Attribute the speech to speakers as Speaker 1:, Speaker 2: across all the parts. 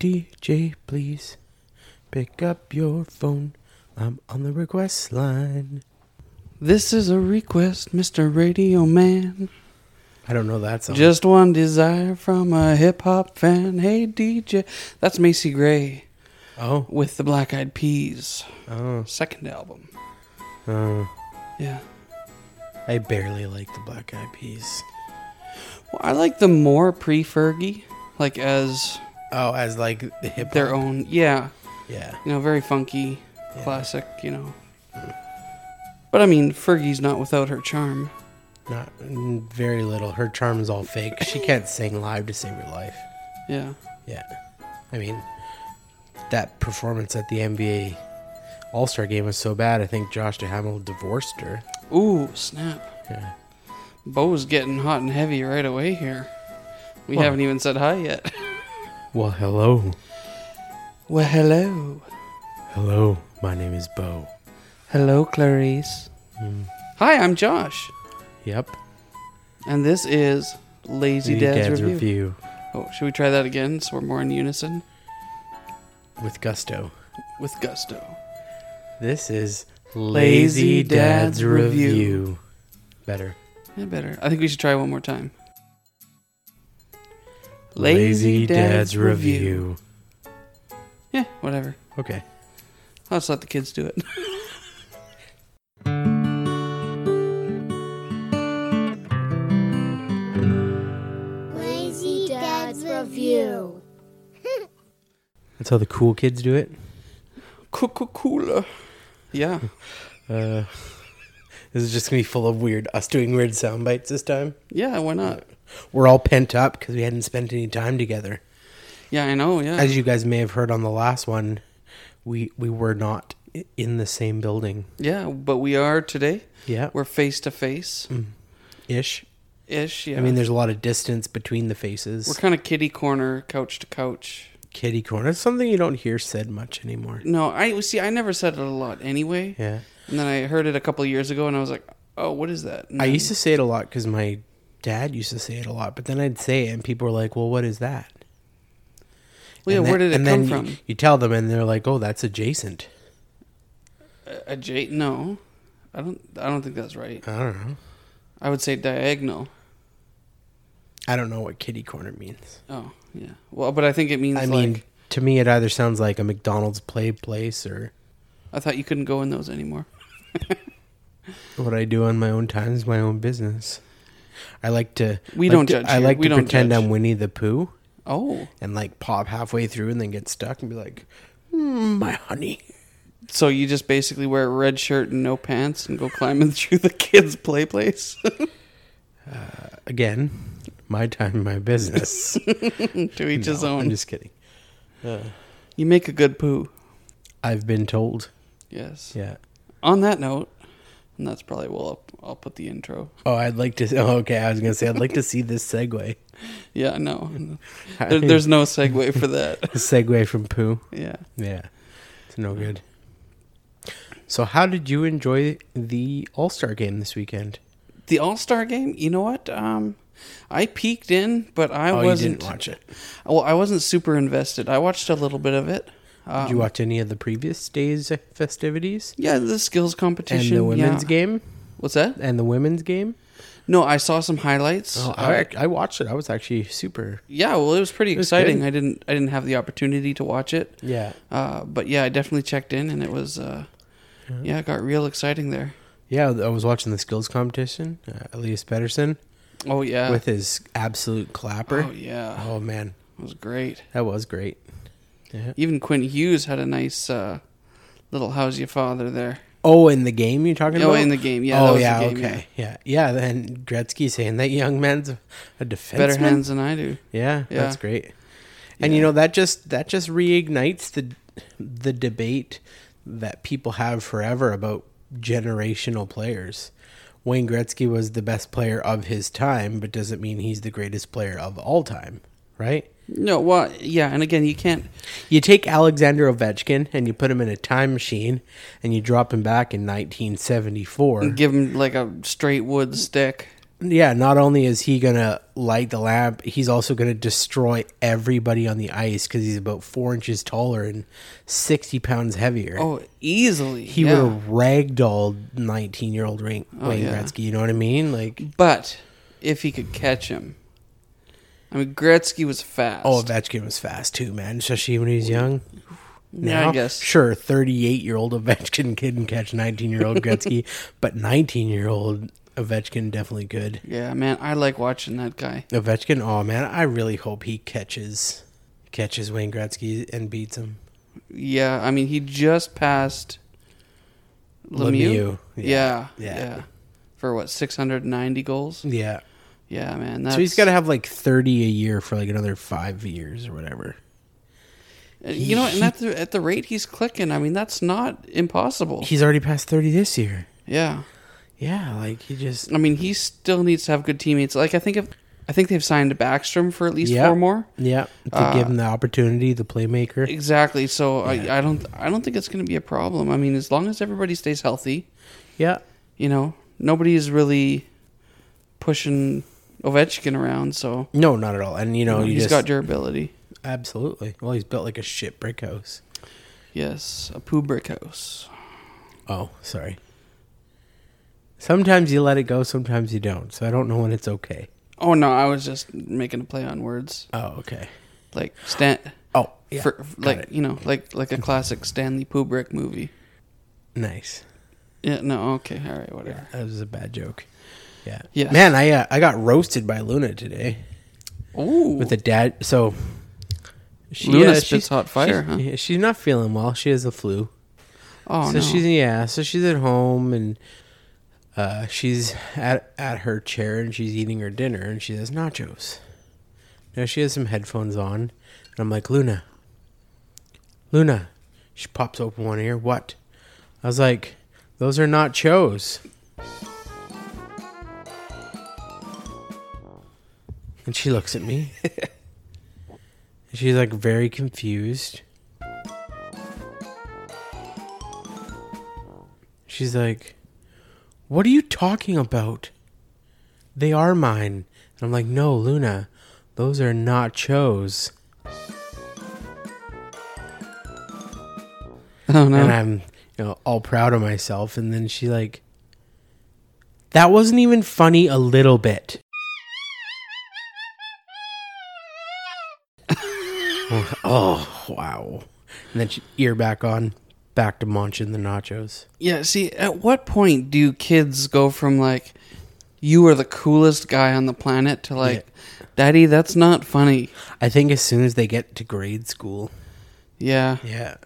Speaker 1: DJ, please pick up your phone. I'm on the request line.
Speaker 2: This is a request, Mr. Radio Man.
Speaker 1: I don't know that song.
Speaker 2: Just one desire from a hip hop fan. Hey, DJ. That's Macy Gray
Speaker 1: oh,
Speaker 2: with the Black Eyed Peas.
Speaker 1: oh,
Speaker 2: Second album.
Speaker 1: oh.
Speaker 2: Yeah.
Speaker 1: I barely like the Black Eyed Peas.
Speaker 2: Well, I like them more pre Fergie, like as
Speaker 1: Oh, as like the hip
Speaker 2: their own. Yeah.
Speaker 1: Yeah.
Speaker 2: You know, very funky,
Speaker 1: Yeah.
Speaker 2: classic, you know. But I mean, Fergie's not without her charm.
Speaker 1: Not mm, very little. Her charm is all fake. She can't sing live to save her life.
Speaker 2: Yeah.
Speaker 1: Yeah. I mean, that performance at the NBA All Star game was so bad. I think Josh DeHamel divorced her.
Speaker 2: Ooh, snap.
Speaker 1: Yeah.
Speaker 2: Bo's getting hot and heavy right away here. We
Speaker 1: Well-
Speaker 2: haven't even said hi yet.
Speaker 1: Well, hello.
Speaker 2: Well, hello.
Speaker 1: Hello. My name is Bo.
Speaker 2: Hello, Clarice. Hi, I'm Josh,
Speaker 1: Mm. Yep.
Speaker 2: and this is Lazy
Speaker 1: New
Speaker 2: Dad's, review.
Speaker 1: review
Speaker 2: Oh, should we try that again so we're more in unison?
Speaker 1: with gusto.
Speaker 2: With gusto.
Speaker 1: This is
Speaker 2: Lazy Dad's Review.
Speaker 1: Better.
Speaker 2: Yeah, better. I think we should try one more time. Yeah, whatever.
Speaker 1: Okay.
Speaker 2: I'll just let the kids do it.
Speaker 3: Lazy Dad's Review.
Speaker 1: That's how the cool kids do it.
Speaker 2: Coca Cola. Yeah.
Speaker 1: Uh, this is just gonna be full of weird us doing weird sound bites this time.
Speaker 2: Yeah, why not?
Speaker 1: We're all pent up because we hadn't spent any time together.
Speaker 2: Yeah, I know. Yeah.
Speaker 1: As you guys may have heard on the last one, we we were not i- in the same building.
Speaker 2: Yeah, but we are today.
Speaker 1: Yeah,
Speaker 2: We're face to face
Speaker 1: ish.
Speaker 2: ish. Yeah.
Speaker 1: I mean, there's a lot of distance between the faces.
Speaker 2: we're kind of kitty corner, couch to couch.
Speaker 1: Kitty corner. It's something you don't hear said much anymore.
Speaker 2: No, I see. I never said it a lot anyway.
Speaker 1: Yeah.
Speaker 2: And then I heard it a couple years ago, and I was like, "Oh, what is that?"
Speaker 1: I used to say it a lot because my dad used to say it a lot, but then I'd say it and people were like, "Well, what is that?"
Speaker 2: Well, yeah,
Speaker 1: And then-
Speaker 2: where did it
Speaker 1: and
Speaker 2: come
Speaker 1: then
Speaker 2: from?
Speaker 1: You, you tell them, and they're like, "Oh, that's adjacent."
Speaker 2: A J? No, I don't. I don't think that's right.
Speaker 1: I don't know.
Speaker 2: I would say diagonal.
Speaker 1: I don't know what kitty corner means.
Speaker 2: Oh, yeah. Well, but I think it means.
Speaker 1: I mean,
Speaker 2: like,
Speaker 1: to me, it either sounds like a McDonald's play place or
Speaker 2: I thought you couldn't go in those anymore.
Speaker 1: what I do on my own time is my own business. I like to.
Speaker 2: We
Speaker 1: like
Speaker 2: don't
Speaker 1: to-
Speaker 2: judge
Speaker 1: I
Speaker 2: here.
Speaker 1: like
Speaker 2: We
Speaker 1: to
Speaker 2: don't
Speaker 1: pretend
Speaker 2: judge.
Speaker 1: I'm Winnie the Pooh
Speaker 2: Oh,
Speaker 1: and like pop halfway through and then get stuck and be like, "Mm, "My honey."
Speaker 2: so you just basically wear a red shirt and no pants and go climbing through the kids' play place
Speaker 1: Again, my time, my business.
Speaker 2: to each his
Speaker 1: No,
Speaker 2: own.
Speaker 1: I'm just kidding.
Speaker 2: You make a good poo.
Speaker 1: I've been told.
Speaker 2: Yes.
Speaker 1: Yeah.
Speaker 2: On that note, and that's probably well. I'll, I'll put the intro.
Speaker 1: Oh, I'd like to. Oh, okay, I was gonna say I'd like to see this segue.
Speaker 2: Yeah, no. There, there's no segue for that.
Speaker 1: a segue from poo.
Speaker 2: Yeah.
Speaker 1: Yeah, it's no good. So, how did you enjoy the All Star game this weekend?
Speaker 2: The All Star game, you know what? Um, I peeked in, but I
Speaker 1: oh, you
Speaker 2: wasn't.
Speaker 1: didn't watch it.
Speaker 2: Well, I wasn't super invested. I watched a little bit of it. Um,
Speaker 1: Did you watch any of the previous day's festivities
Speaker 2: Yeah, the skills
Speaker 1: and
Speaker 2: competition.
Speaker 1: the women's
Speaker 2: yeah.
Speaker 1: game
Speaker 2: What's that?
Speaker 1: and the women's game?
Speaker 2: No, I saw some highlights.
Speaker 1: Oh,
Speaker 2: Uh,
Speaker 1: I, I watched it. I was actually super.
Speaker 2: yeah, well, it was pretty
Speaker 1: was
Speaker 2: exciting.
Speaker 1: good.
Speaker 2: I didn't. I didn't have the opportunity to watch it.
Speaker 1: Yeah,
Speaker 2: Uh, but yeah, I definitely checked in, and it was. Uh, yeah, it got real exciting there.
Speaker 1: yeah. I was watching the skills competition. Uh, Elias Pettersson
Speaker 2: Oh yeah.
Speaker 1: with his absolute clapper.
Speaker 2: oh yeah,
Speaker 1: Uh. oh man,
Speaker 2: it was great.
Speaker 1: that was great.
Speaker 2: Even Quinn Hughes had a nice uh, little "How's Your Father" there.
Speaker 1: Oh, in the game you're talking
Speaker 2: Oh,
Speaker 1: about?
Speaker 2: in the game, yeah, that
Speaker 1: Oh,
Speaker 2: was the
Speaker 1: yeah.
Speaker 2: game,
Speaker 1: okay. Yeah. yeah. Then Gretzky saying that young man's a defenseman.
Speaker 2: Better hands than I do.
Speaker 1: Yeah,
Speaker 2: Yeah.
Speaker 1: That's great. And you know that just that just reignites the the debate that people have forever about generational players. Wayne Gretzky was the best player of his time, but doesn't mean he's the greatest player of all time, right?
Speaker 2: No, well, yeah, and again, you can't.
Speaker 1: You take Alexander Ovechkin and you put him in a time machine and you drop him back in 1974.
Speaker 2: give him like a straight wood stick.
Speaker 1: yeah, not only is he gonna light the lamp, he's also gonna destroy everybody on the ice because he's about four inches taller and sixty pounds heavier.
Speaker 2: Oh, easily.
Speaker 1: he
Speaker 2: yeah. Oh,
Speaker 1: would have ragdolled nineteen-year-old Wayne
Speaker 2: yeah.
Speaker 1: Gretzky. You know what I mean? Like,
Speaker 2: But if he could catch him, I mean Gretzky was fast.
Speaker 1: oh, Ovechkin was fast too, man. Especially when he was young.
Speaker 2: yeah, I guess.
Speaker 1: Sure, 38 year old Ovechkin couldn't catch 19 year old Gretzky, but 19 year old Ovechkin definitely could.
Speaker 2: Yeah, man, I like watching that guy.
Speaker 1: Ovechkin, oh man, I really hope he catches catches Wayne Gretzky and beats him.
Speaker 2: Yeah, I mean he just passed Lemieux.
Speaker 1: Lemieux,
Speaker 2: Yeah,
Speaker 1: yeah,
Speaker 2: yeah,
Speaker 1: yeah.
Speaker 2: For what six hundred ninety goals?
Speaker 1: Yeah.
Speaker 2: Yeah, man. That's,
Speaker 1: So he's got to have like 30 a year for like another five years or whatever.
Speaker 2: you know, and at the, at the rate he's clicking, I mean that's not impossible.
Speaker 1: He's already past 30 this year.
Speaker 2: yeah,
Speaker 1: Yeah, like he just.
Speaker 2: I mean he still needs to have good teammates. Like I think if I think they've signed Backstrom for at least
Speaker 1: Yeah.
Speaker 2: four more.
Speaker 1: Yeah, to give him the opportunity, the playmaker.
Speaker 2: Exactly. So I, I don't I don't think it's going to be a problem. I mean, as long as everybody stays healthy,
Speaker 1: Yeah.
Speaker 2: you know, nobody is really pushing Ovechkin around. So
Speaker 1: No, not at all. And you know,
Speaker 2: he's
Speaker 1: you just
Speaker 2: got durability.
Speaker 1: absolutely. Well, he's built like a shit brick house.
Speaker 2: Yes, a poo brick house.
Speaker 1: Oh, sorry. Sometimes you let it go, sometimes you don't. So I don't know when it's okay.
Speaker 2: Oh no, I was just making a play on words,
Speaker 1: Oh, okay.
Speaker 2: like Stan,
Speaker 1: Oh, yeah.
Speaker 2: for,
Speaker 1: got
Speaker 2: like
Speaker 1: it.
Speaker 2: you know, like like a classic Stanley Kubrick movie.
Speaker 1: nice.
Speaker 2: Yeah. No. Okay. All right. Whatever.
Speaker 1: That was a bad joke. Yeah.
Speaker 2: Yes.
Speaker 1: Man, I uh, I got roasted by Luna today
Speaker 2: Ooh.
Speaker 1: with a dad. So she uh,
Speaker 2: Luna
Speaker 1: she's-
Speaker 2: spits hot fire,
Speaker 1: she's-
Speaker 2: huh?
Speaker 1: yeah, she's not feeling well. She has the flu.
Speaker 2: oh
Speaker 1: so
Speaker 2: no.
Speaker 1: she's yeah, so she's at home and uh, she's at at her chair and she's eating her dinner and she has nachos. Now she has some headphones on and I'm like Luna, Luna. She pops open one ear. What? I was like, those are nachos. And she looks at me. And she's like very confused. She's like, What are you talking about? They are mine. And I'm like, No, Luna, those are nachos.
Speaker 2: oh
Speaker 1: And
Speaker 2: no.
Speaker 1: I'm, you know, all proud of myself. And then she like, That wasn't even funny a little bit. oh, wow. And then she ear back on, back to munching the nachos.
Speaker 2: Yeah, see, at what point do kids go from like you are the coolest guy on the planet to like daddy, that's not funny.
Speaker 1: I think as soon as they get to grade school,
Speaker 2: Yeah.
Speaker 1: Yeah.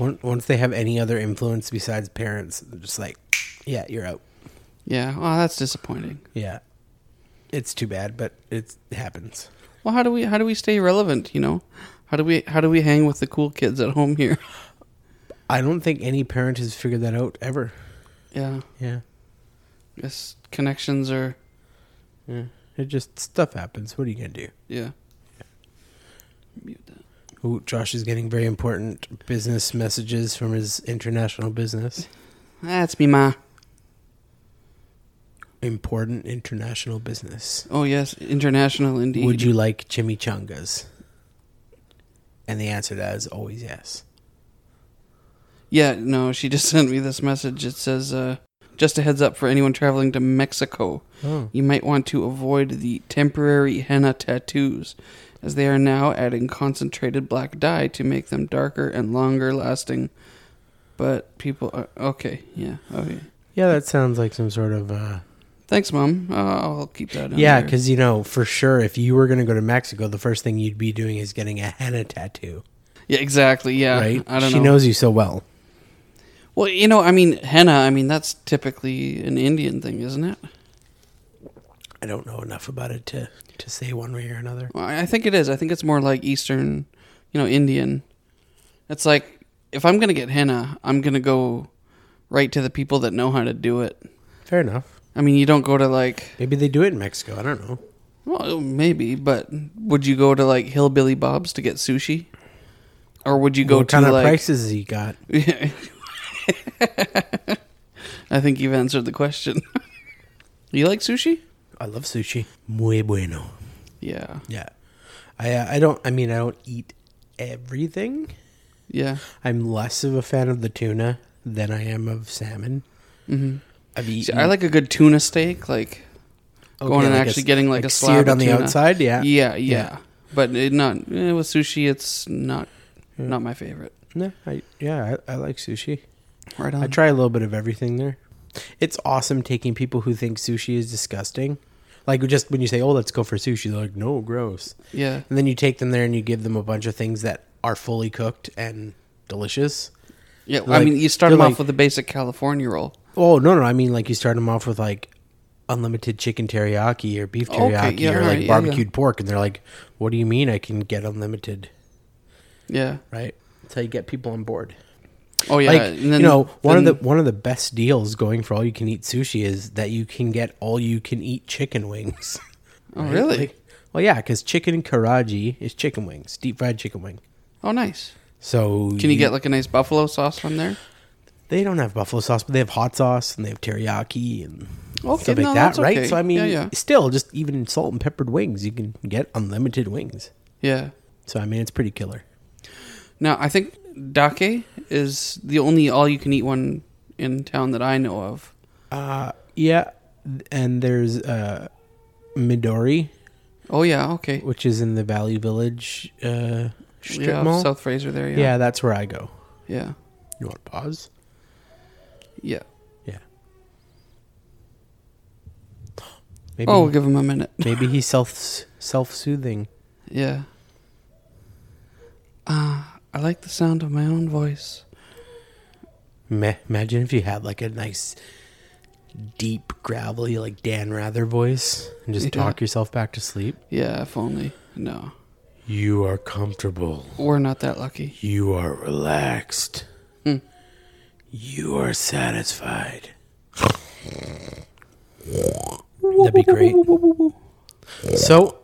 Speaker 1: On- Once they have any other influence besides parents, they're just like, yeah, you're out.
Speaker 2: Yeah. Oh, that's disappointing.
Speaker 1: Yeah. It's too bad, but it's, it happens.
Speaker 2: Well, how do we how do we stay relevant, you know? How do we how do we hang with the cool kids at home here?
Speaker 1: I don't think any parent has figured that out ever.
Speaker 2: Yeah.
Speaker 1: Yeah.
Speaker 2: Yes, connections are
Speaker 1: Yeah. It just stuff happens. What are you gonna do?
Speaker 2: yeah. Mute that.
Speaker 1: Ooh, Josh is getting very important business messages from his international business.
Speaker 2: That's me ma.
Speaker 1: Important international business.
Speaker 2: Oh yes, international indeed.
Speaker 1: Would you like chimichangas? And the answer to that is always yes.
Speaker 2: Yeah, no, she just sent me this message. It says uh just a heads up for anyone traveling to Mexico.
Speaker 1: Oh.
Speaker 2: You might want to avoid the temporary henna tattoos, as they are now adding concentrated black dye to make them darker and longer lasting. But people are okay. Yeah, okay.
Speaker 1: Yeah, that sounds like some sort of uh
Speaker 2: Thanks, mom. Uh, I'll keep that. in
Speaker 1: Yeah,
Speaker 2: there.
Speaker 1: because you know for sure, if you were going to go to Mexico, the first thing you'd be doing is getting a henna tattoo,
Speaker 2: yeah, exactly. Yeah,
Speaker 1: right?
Speaker 2: I don't
Speaker 1: she
Speaker 2: know.
Speaker 1: knows you so well.
Speaker 2: Well, you know, I mean, henna. I mean, that's typically an Indian thing, isn't it?
Speaker 1: I don't know enough about it to to say one way or another.
Speaker 2: Well, I I think it is. I think it's more like Eastern, you know, Indian. It's like if I'm gonna get henna, I'm gonna go right to the people that know how to do it.
Speaker 1: Fair enough.
Speaker 2: I mean, you don't go to like,
Speaker 1: Maybe they do it in Mexico. I don't know.
Speaker 2: well, maybe, but would you go to like Hillbilly Bob's to get sushi, or would you go
Speaker 1: what
Speaker 2: to
Speaker 1: kind of
Speaker 2: like?
Speaker 1: prices he got?
Speaker 2: I think you've answered the question. You like sushi?
Speaker 1: I love sushi. Muy bueno.
Speaker 2: Yeah.
Speaker 1: Yeah. I uh, I don't I mean I don't eat everything.
Speaker 2: Yeah.
Speaker 1: I'm less of a fan of the tuna than I am of salmon.
Speaker 2: hmm
Speaker 1: I've eaten
Speaker 2: I like a good tuna steak, like
Speaker 1: okay,
Speaker 2: going and
Speaker 1: like a
Speaker 2: actually
Speaker 1: s-
Speaker 2: getting like,
Speaker 1: like
Speaker 2: a slab
Speaker 1: seared
Speaker 2: of
Speaker 1: on the
Speaker 2: tuna.
Speaker 1: outside, yeah.
Speaker 2: Yeah, yeah.
Speaker 1: Yeah.
Speaker 2: But it not eh, with sushi, it's not
Speaker 1: Yeah.
Speaker 2: not my favorite.
Speaker 1: No, I yeah, I, I like sushi.
Speaker 2: Right on.
Speaker 1: I try a little bit of everything there. It's awesome taking people who think sushi is disgusting. Like just when you say, "Oh, let's go for sushi," they're like, "No, gross."
Speaker 2: Yeah,
Speaker 1: And then you take them there and you give them a bunch of things that are fully cooked and delicious.
Speaker 2: yeah. I
Speaker 1: Like,
Speaker 2: mean, you start
Speaker 1: they're
Speaker 2: them off
Speaker 1: like-
Speaker 2: with a basic California roll.
Speaker 1: Oh no, no, I mean like you start them off with like unlimited chicken teriyaki or beef
Speaker 2: Okay,
Speaker 1: teriyaki
Speaker 2: yeah,
Speaker 1: or
Speaker 2: alright,
Speaker 1: like
Speaker 2: yeah, yeah.
Speaker 1: barbecued pork, and they're like, "What do you mean I can get unlimited?"
Speaker 2: Yeah.
Speaker 1: Right? That's how you get people on board.
Speaker 2: Oh yeah.
Speaker 1: like
Speaker 2: and then,
Speaker 1: you know, one
Speaker 2: then-
Speaker 1: of the one of the best deals going for all you can eat sushi is that you can get all you can eat chicken wings.
Speaker 2: Oh
Speaker 1: Right?
Speaker 2: really?
Speaker 1: Like- well, yeah, because chicken karaji is chicken wings, deep fried chicken wing.
Speaker 2: oh nice.
Speaker 1: So
Speaker 2: Can you get like a nice buffalo sauce from there?
Speaker 1: They don't have buffalo sauce, but they have hot sauce and they have teriyaki and
Speaker 2: Okay,
Speaker 1: stuff like that,
Speaker 2: no, that's
Speaker 1: right?
Speaker 2: okay.
Speaker 1: So I mean,
Speaker 2: Yeah, yeah.
Speaker 1: still, just even salt and peppered wings, you can get unlimited wings.
Speaker 2: Yeah.
Speaker 1: So I mean, it's pretty killer.
Speaker 2: Now I think Dake is the only all-you-can-eat one in town that I know of.
Speaker 1: Uh, yeah, and there's uh, Midori,
Speaker 2: Oh yeah. Okay.
Speaker 1: which is in the Valley Village uh, strip
Speaker 2: yeah,
Speaker 1: mall.
Speaker 2: South Fraser there.
Speaker 1: yeah.
Speaker 2: Yeah.
Speaker 1: that's where I go.
Speaker 2: Yeah.
Speaker 1: You want to pause?
Speaker 2: Yeah.
Speaker 1: Yeah. Maybe,
Speaker 2: Oh, we'll give him a minute.
Speaker 1: maybe he's self self soothing.
Speaker 2: Yeah. Ah, I like the sound of my own voice.
Speaker 1: Ma imagine if you had like a nice, deep, gravelly, like Dan Rather voice and just
Speaker 2: Yeah.
Speaker 1: talk yourself back to sleep.
Speaker 2: Yeah, if only. No,
Speaker 1: You are comfortable.
Speaker 2: we're not that lucky.
Speaker 1: You are relaxed.
Speaker 2: Hmm.
Speaker 1: You are satisfied. That'd be great. So,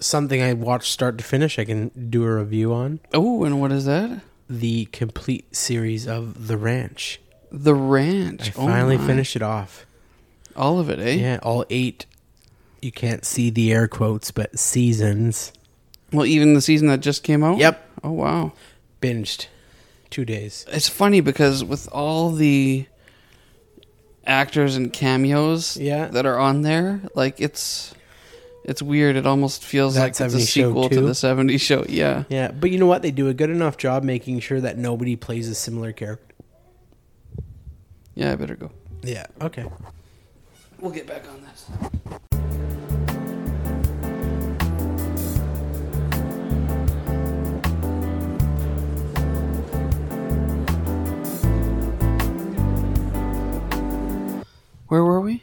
Speaker 1: something I watched start to finish, I can do a review on
Speaker 2: Oh, and what is that?
Speaker 1: the complete series of The Ranch.
Speaker 2: The ranch.
Speaker 1: I
Speaker 2: Oh
Speaker 1: finally
Speaker 2: my.
Speaker 1: finished it off.
Speaker 2: all of it, eh?
Speaker 1: Yeah, all eight. You can't see the air quotes, but seasons.
Speaker 2: Well, even the season that just came out.
Speaker 1: Yep.
Speaker 2: Oh wow.
Speaker 1: Binged. Two days.
Speaker 2: It's funny because with all the actors and cameos
Speaker 1: Yeah.
Speaker 2: that are on there, like it's it's weird. It almost feels
Speaker 1: That
Speaker 2: like it's a
Speaker 1: 70s show
Speaker 2: sequel to
Speaker 1: too?
Speaker 2: the '70s show. Yeah.
Speaker 1: Yeah, but you know what? They do a good enough job making sure that nobody plays a similar character.
Speaker 2: Yeah, I better go.
Speaker 1: Yeah. Okay.
Speaker 2: We'll get back on this. Where were we?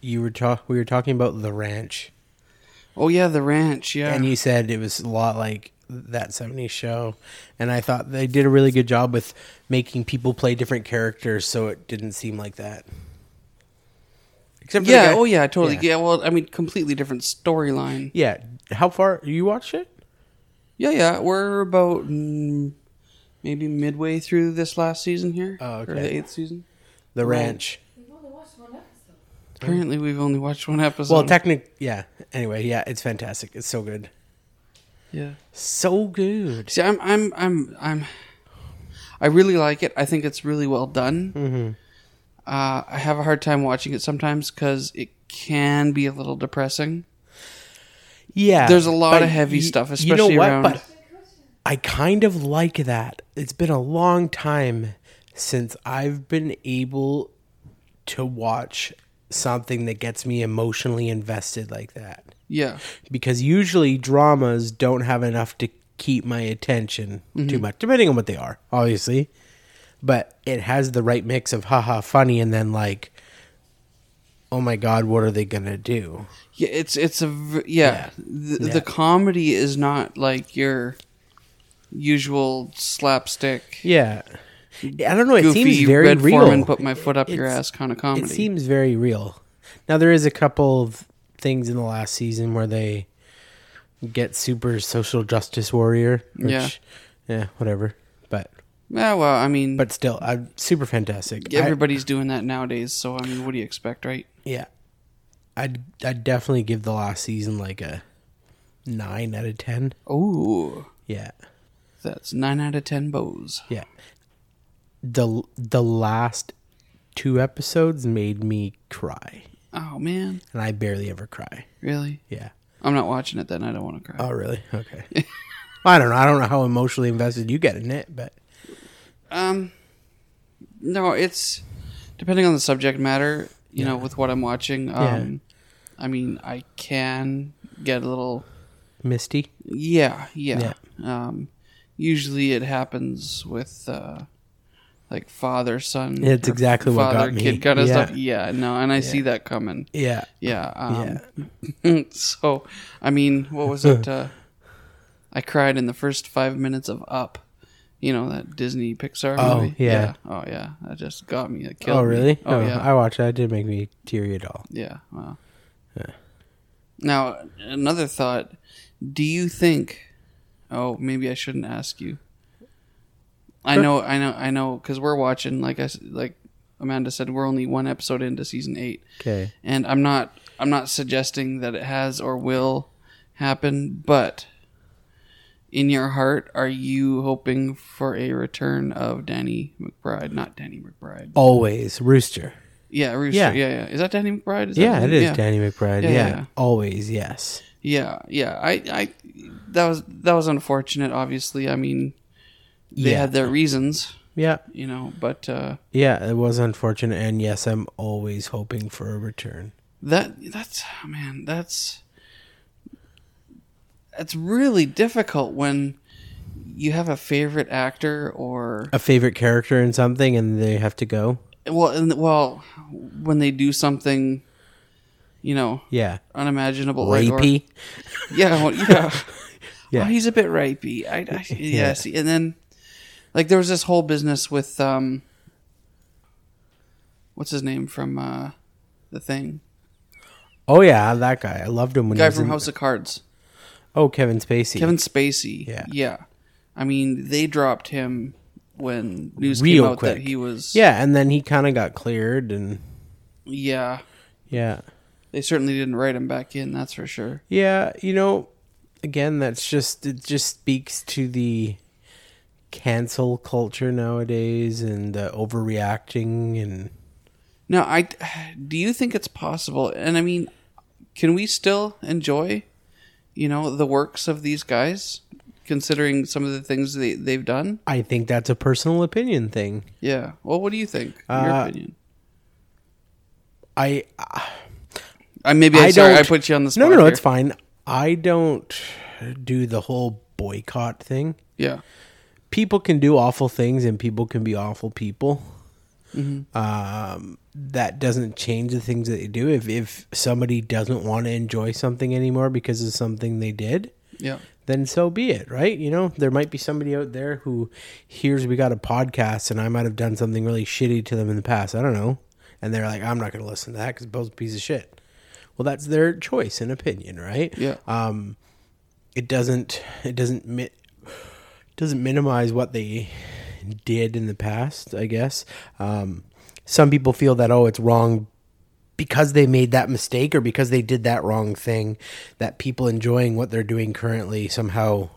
Speaker 1: You were talk. We were talking about the ranch,
Speaker 2: Oh yeah, the ranch. Yeah,
Speaker 1: and you said it was a lot like that '70s show, and I thought they did a really good job with making people play different characters, so it didn't seem like that. Except for the
Speaker 2: yeah.
Speaker 1: guy-
Speaker 2: Oh yeah, totally.
Speaker 1: Yeah.
Speaker 2: Yeah. well, I mean, completely different storyline.
Speaker 1: Yeah. How far you watched it?
Speaker 2: Yeah, yeah. We're about mm, maybe midway through this last season here,
Speaker 1: Oh,
Speaker 2: or
Speaker 1: okay.
Speaker 2: the eighth season.
Speaker 1: The
Speaker 2: Right.
Speaker 1: ranch.
Speaker 2: Apparently, we've only watched one episode.
Speaker 1: Well, technic, yeah. Anyway, yeah, it's fantastic. It's so good,
Speaker 2: yeah.
Speaker 1: so good.
Speaker 2: See, I'm, I'm, I'm, I'm. I really like it. I think it's really well done.
Speaker 1: Mm-hmm.
Speaker 2: Uh, I have a hard time watching it sometimes because it can be a little depressing.
Speaker 1: Yeah,
Speaker 2: There's a lot
Speaker 1: but
Speaker 2: of heavy
Speaker 1: y-
Speaker 2: stuff,
Speaker 1: you know
Speaker 2: especially
Speaker 1: what?
Speaker 2: around-
Speaker 1: But I kind of like that. It's been a long time since I've been able to watch something that gets me emotionally invested like that.
Speaker 2: Yeah,
Speaker 1: Because usually dramas don't have enough to keep my attention
Speaker 2: Mm-hmm.
Speaker 1: too much, depending on what they are, obviously. But it has the right mix of haha funny and then like, oh my god, what are they gonna do?
Speaker 2: yeah. It's it's a v- yeah. The,
Speaker 1: Yeah.
Speaker 2: the comedy is not like your usual slapstick.
Speaker 1: Yeah. I don't know. It
Speaker 2: Goofy,
Speaker 1: seems very
Speaker 2: Red
Speaker 1: real.
Speaker 2: Foreman put my foot up your
Speaker 1: It's-
Speaker 2: ass kind of comedy.
Speaker 1: It seems very real. Now there is a couple of things in the last season where they get super social justice warrior. Which,
Speaker 2: Yeah.
Speaker 1: yeah, whatever. But
Speaker 2: Yeah, well, I mean,
Speaker 1: But still, I'm super fantastic. I-
Speaker 2: everybody's doing that nowadays, so I mean, what do you expect, right?
Speaker 1: yeah, I'd I'd definitely give the last season like a nine out of ten.
Speaker 2: Oh,
Speaker 1: Yeah,
Speaker 2: that's nine out of ten bows.
Speaker 1: yeah. the The last two episodes made me cry,
Speaker 2: Oh man,
Speaker 1: and I barely ever cry.
Speaker 2: really?
Speaker 1: Yeah.
Speaker 2: I'm not watching it then. I don't want to cry.
Speaker 1: Oh, really? Okay. I don't know. I don't know how emotionally invested you get in it, but
Speaker 2: Um, no, it's depending on the subject matter. You know, with what I'm watching. Um, I mean, I can get a little.
Speaker 1: Misty.
Speaker 2: Yeah, yeah. Um, usually it happens with uh, like father son.
Speaker 1: It's
Speaker 2: or
Speaker 1: exactly what got me.
Speaker 2: Kid kind of
Speaker 1: Yeah.
Speaker 2: stuff. Yeah, no, and I see that coming.
Speaker 1: Yeah.
Speaker 2: Yeah. Um, so, I mean, what was it? Uh, I cried in the first five minutes of Up. You know that Disney Pixar
Speaker 1: Oh,
Speaker 2: movie.
Speaker 1: yeah.
Speaker 2: Oh yeah. That just got me. It killed
Speaker 1: Oh, really?
Speaker 2: Me. Oh yeah.
Speaker 1: I watched that. It didn't make me teary at all.
Speaker 2: Yeah. Wow. Now another thought. Do you think? Oh, maybe I shouldn't ask you. I know, I know, I know, because we're watching. Like I, s- like Amanda said, we're only one episode into season eight,
Speaker 1: Okay.
Speaker 2: and I'm not, I'm not suggesting that it has or will happen, but in your heart, are you hoping for a return of Danny McBride? Not Danny McBride.
Speaker 1: Always Rooster.
Speaker 2: Yeah, Rooster. Yeah,
Speaker 1: Yeah.
Speaker 2: yeah. Is that Danny McBride? Is that
Speaker 1: Yeah,
Speaker 2: his
Speaker 1: it
Speaker 2: name?
Speaker 1: is Danny McBride.
Speaker 2: Yeah,
Speaker 1: Yeah,
Speaker 2: yeah, yeah.
Speaker 1: Always, yes.
Speaker 2: Yeah, yeah. I, I, that was that was unfortunate. Obviously, I mean, they
Speaker 1: Yeah.
Speaker 2: had their reasons,
Speaker 1: Yeah.
Speaker 2: you know. But uh,
Speaker 1: Yeah, it was unfortunate and yes, I'm always hoping for a return.
Speaker 2: that that's oh, man, that's that's really difficult when you have a favorite actor or
Speaker 1: A favorite character in something and they have to go?
Speaker 2: well, and, well, when they do something, you know,
Speaker 1: Yeah.
Speaker 2: unimaginable, like, or-
Speaker 1: Rapey?
Speaker 2: Yeah, well, yeah.
Speaker 1: Yeah.
Speaker 2: Well, he's a bit rapey. I, I yeah.
Speaker 1: Yeah.
Speaker 2: See, and then like there was this whole business with um, what's his name from uh, the thing?
Speaker 1: Oh yeah, that guy. I loved him when he
Speaker 2: Guy
Speaker 1: was
Speaker 2: from
Speaker 1: in-
Speaker 2: House of Cards,
Speaker 1: Oh, Kevin Spacey.
Speaker 2: Kevin Spacey.
Speaker 1: Yeah.
Speaker 2: yeah. I mean, they dropped him when news
Speaker 1: Real
Speaker 2: came out that
Speaker 1: quick.
Speaker 2: he was.
Speaker 1: Yeah, and then he kind of got cleared and
Speaker 2: yeah.
Speaker 1: yeah.
Speaker 2: They certainly didn't write him back in. That's for sure.
Speaker 1: Yeah, you know, again, that's just it. Just speaks to the cancel culture nowadays and the overreacting and
Speaker 2: Now, I do you think it's possible? And I mean, can we still enjoy, you know, the works of these guys, considering some of the things they they've done?
Speaker 1: I think that's a personal opinion thing.
Speaker 2: Yeah. Well, what do you think? Your
Speaker 1: Uh,
Speaker 2: opinion.
Speaker 1: I
Speaker 2: I maybe I,
Speaker 1: I
Speaker 2: sorry
Speaker 1: don't-
Speaker 2: I put you on the spot.
Speaker 1: no no no
Speaker 2: here.
Speaker 1: it's fine. I don't do the whole boycott thing.
Speaker 2: Yeah.
Speaker 1: People can do awful things and people can be awful people. Um, that doesn't change the things that they do. If if somebody doesn't want to enjoy something anymore because of something they did,
Speaker 2: Yeah.
Speaker 1: then so be it, right? You know, there might be somebody out there who hears we got a podcast and I might have done something really shitty to them in the past. I don't know. And they're like, I'm not going to listen to that because Bill's a piece of shit. Well, that's their choice and opinion, right?
Speaker 2: Yeah.
Speaker 1: Um, it doesn't, it doesn't, mi- doesn't minimize what they did in the past, I guess. Um, some people feel that, oh, it's wrong because they made that mistake or because they did that wrong thing, that people enjoying what they're doing currently somehow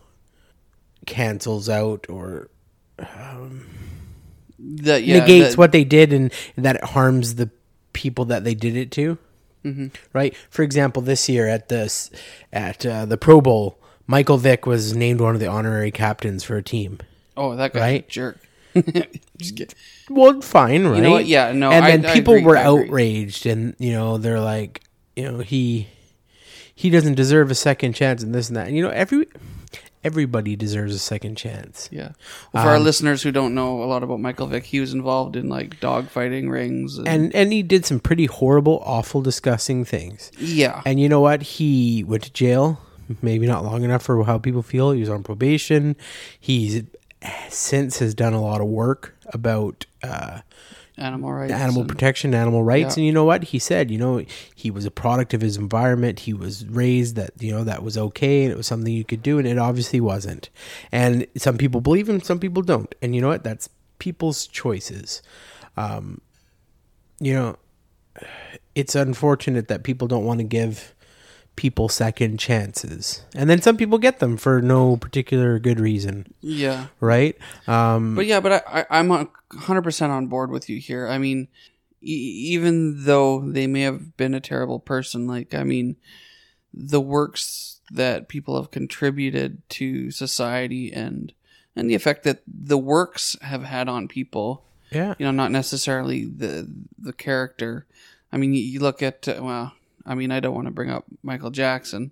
Speaker 1: cancels out or
Speaker 2: that yeah,
Speaker 1: negates
Speaker 2: that-
Speaker 1: what they did and, and that it harms the people that they did it to.
Speaker 2: Mm-hmm.
Speaker 1: Right. For example, this year at this at uh, the Pro Bowl, Michael Vick was named one of the honorary captains for a team.
Speaker 2: Oh, that guy's a
Speaker 1: Right?
Speaker 2: jerk. Just get-
Speaker 1: Well, fine, right?
Speaker 2: know what? Yeah, no,
Speaker 1: And
Speaker 2: I-
Speaker 1: then
Speaker 2: I
Speaker 1: people
Speaker 2: agree,
Speaker 1: were
Speaker 2: I agree.
Speaker 1: outraged, and you know they're like, you know he he doesn't deserve a second chance, and this and that. And you know every everybody deserves a second chance.
Speaker 2: Yeah. Well, for our listeners who don't know a lot about Michael Vick, he was involved in like dog fighting rings and,
Speaker 1: And and he did some pretty horrible, awful, disgusting things.
Speaker 2: yeah.
Speaker 1: And you know what? He went to jail. Maybe not long enough for how people feel. He was on eh, probation. He's since has done a lot of work about uh,
Speaker 2: animal rights.
Speaker 1: animal
Speaker 2: and-
Speaker 1: protection, animal rights,
Speaker 2: Yeah.
Speaker 1: and you know what he said. You know, he was a product of his environment. He was raised that you know that was okay, and it was something you could do, and it obviously wasn't. And some people believe him, some people don't. And you know what? That's people's choices. Um, you know, it's unfortunate that people don't want to give people second chances, and then some people get them for no particular good reason,
Speaker 2: yeah.
Speaker 1: right? Um,
Speaker 2: But yeah, but I, I, I'm a hundred percent on board with you here. I mean, e- even though they may have been a terrible person, like I mean, the works that people have contributed to society and and the effect that the works have had on people,
Speaker 1: yeah,
Speaker 2: you know, not necessarily the the character. I mean, you, you look at uh, well, I mean, I don't want to bring up Michael Jackson.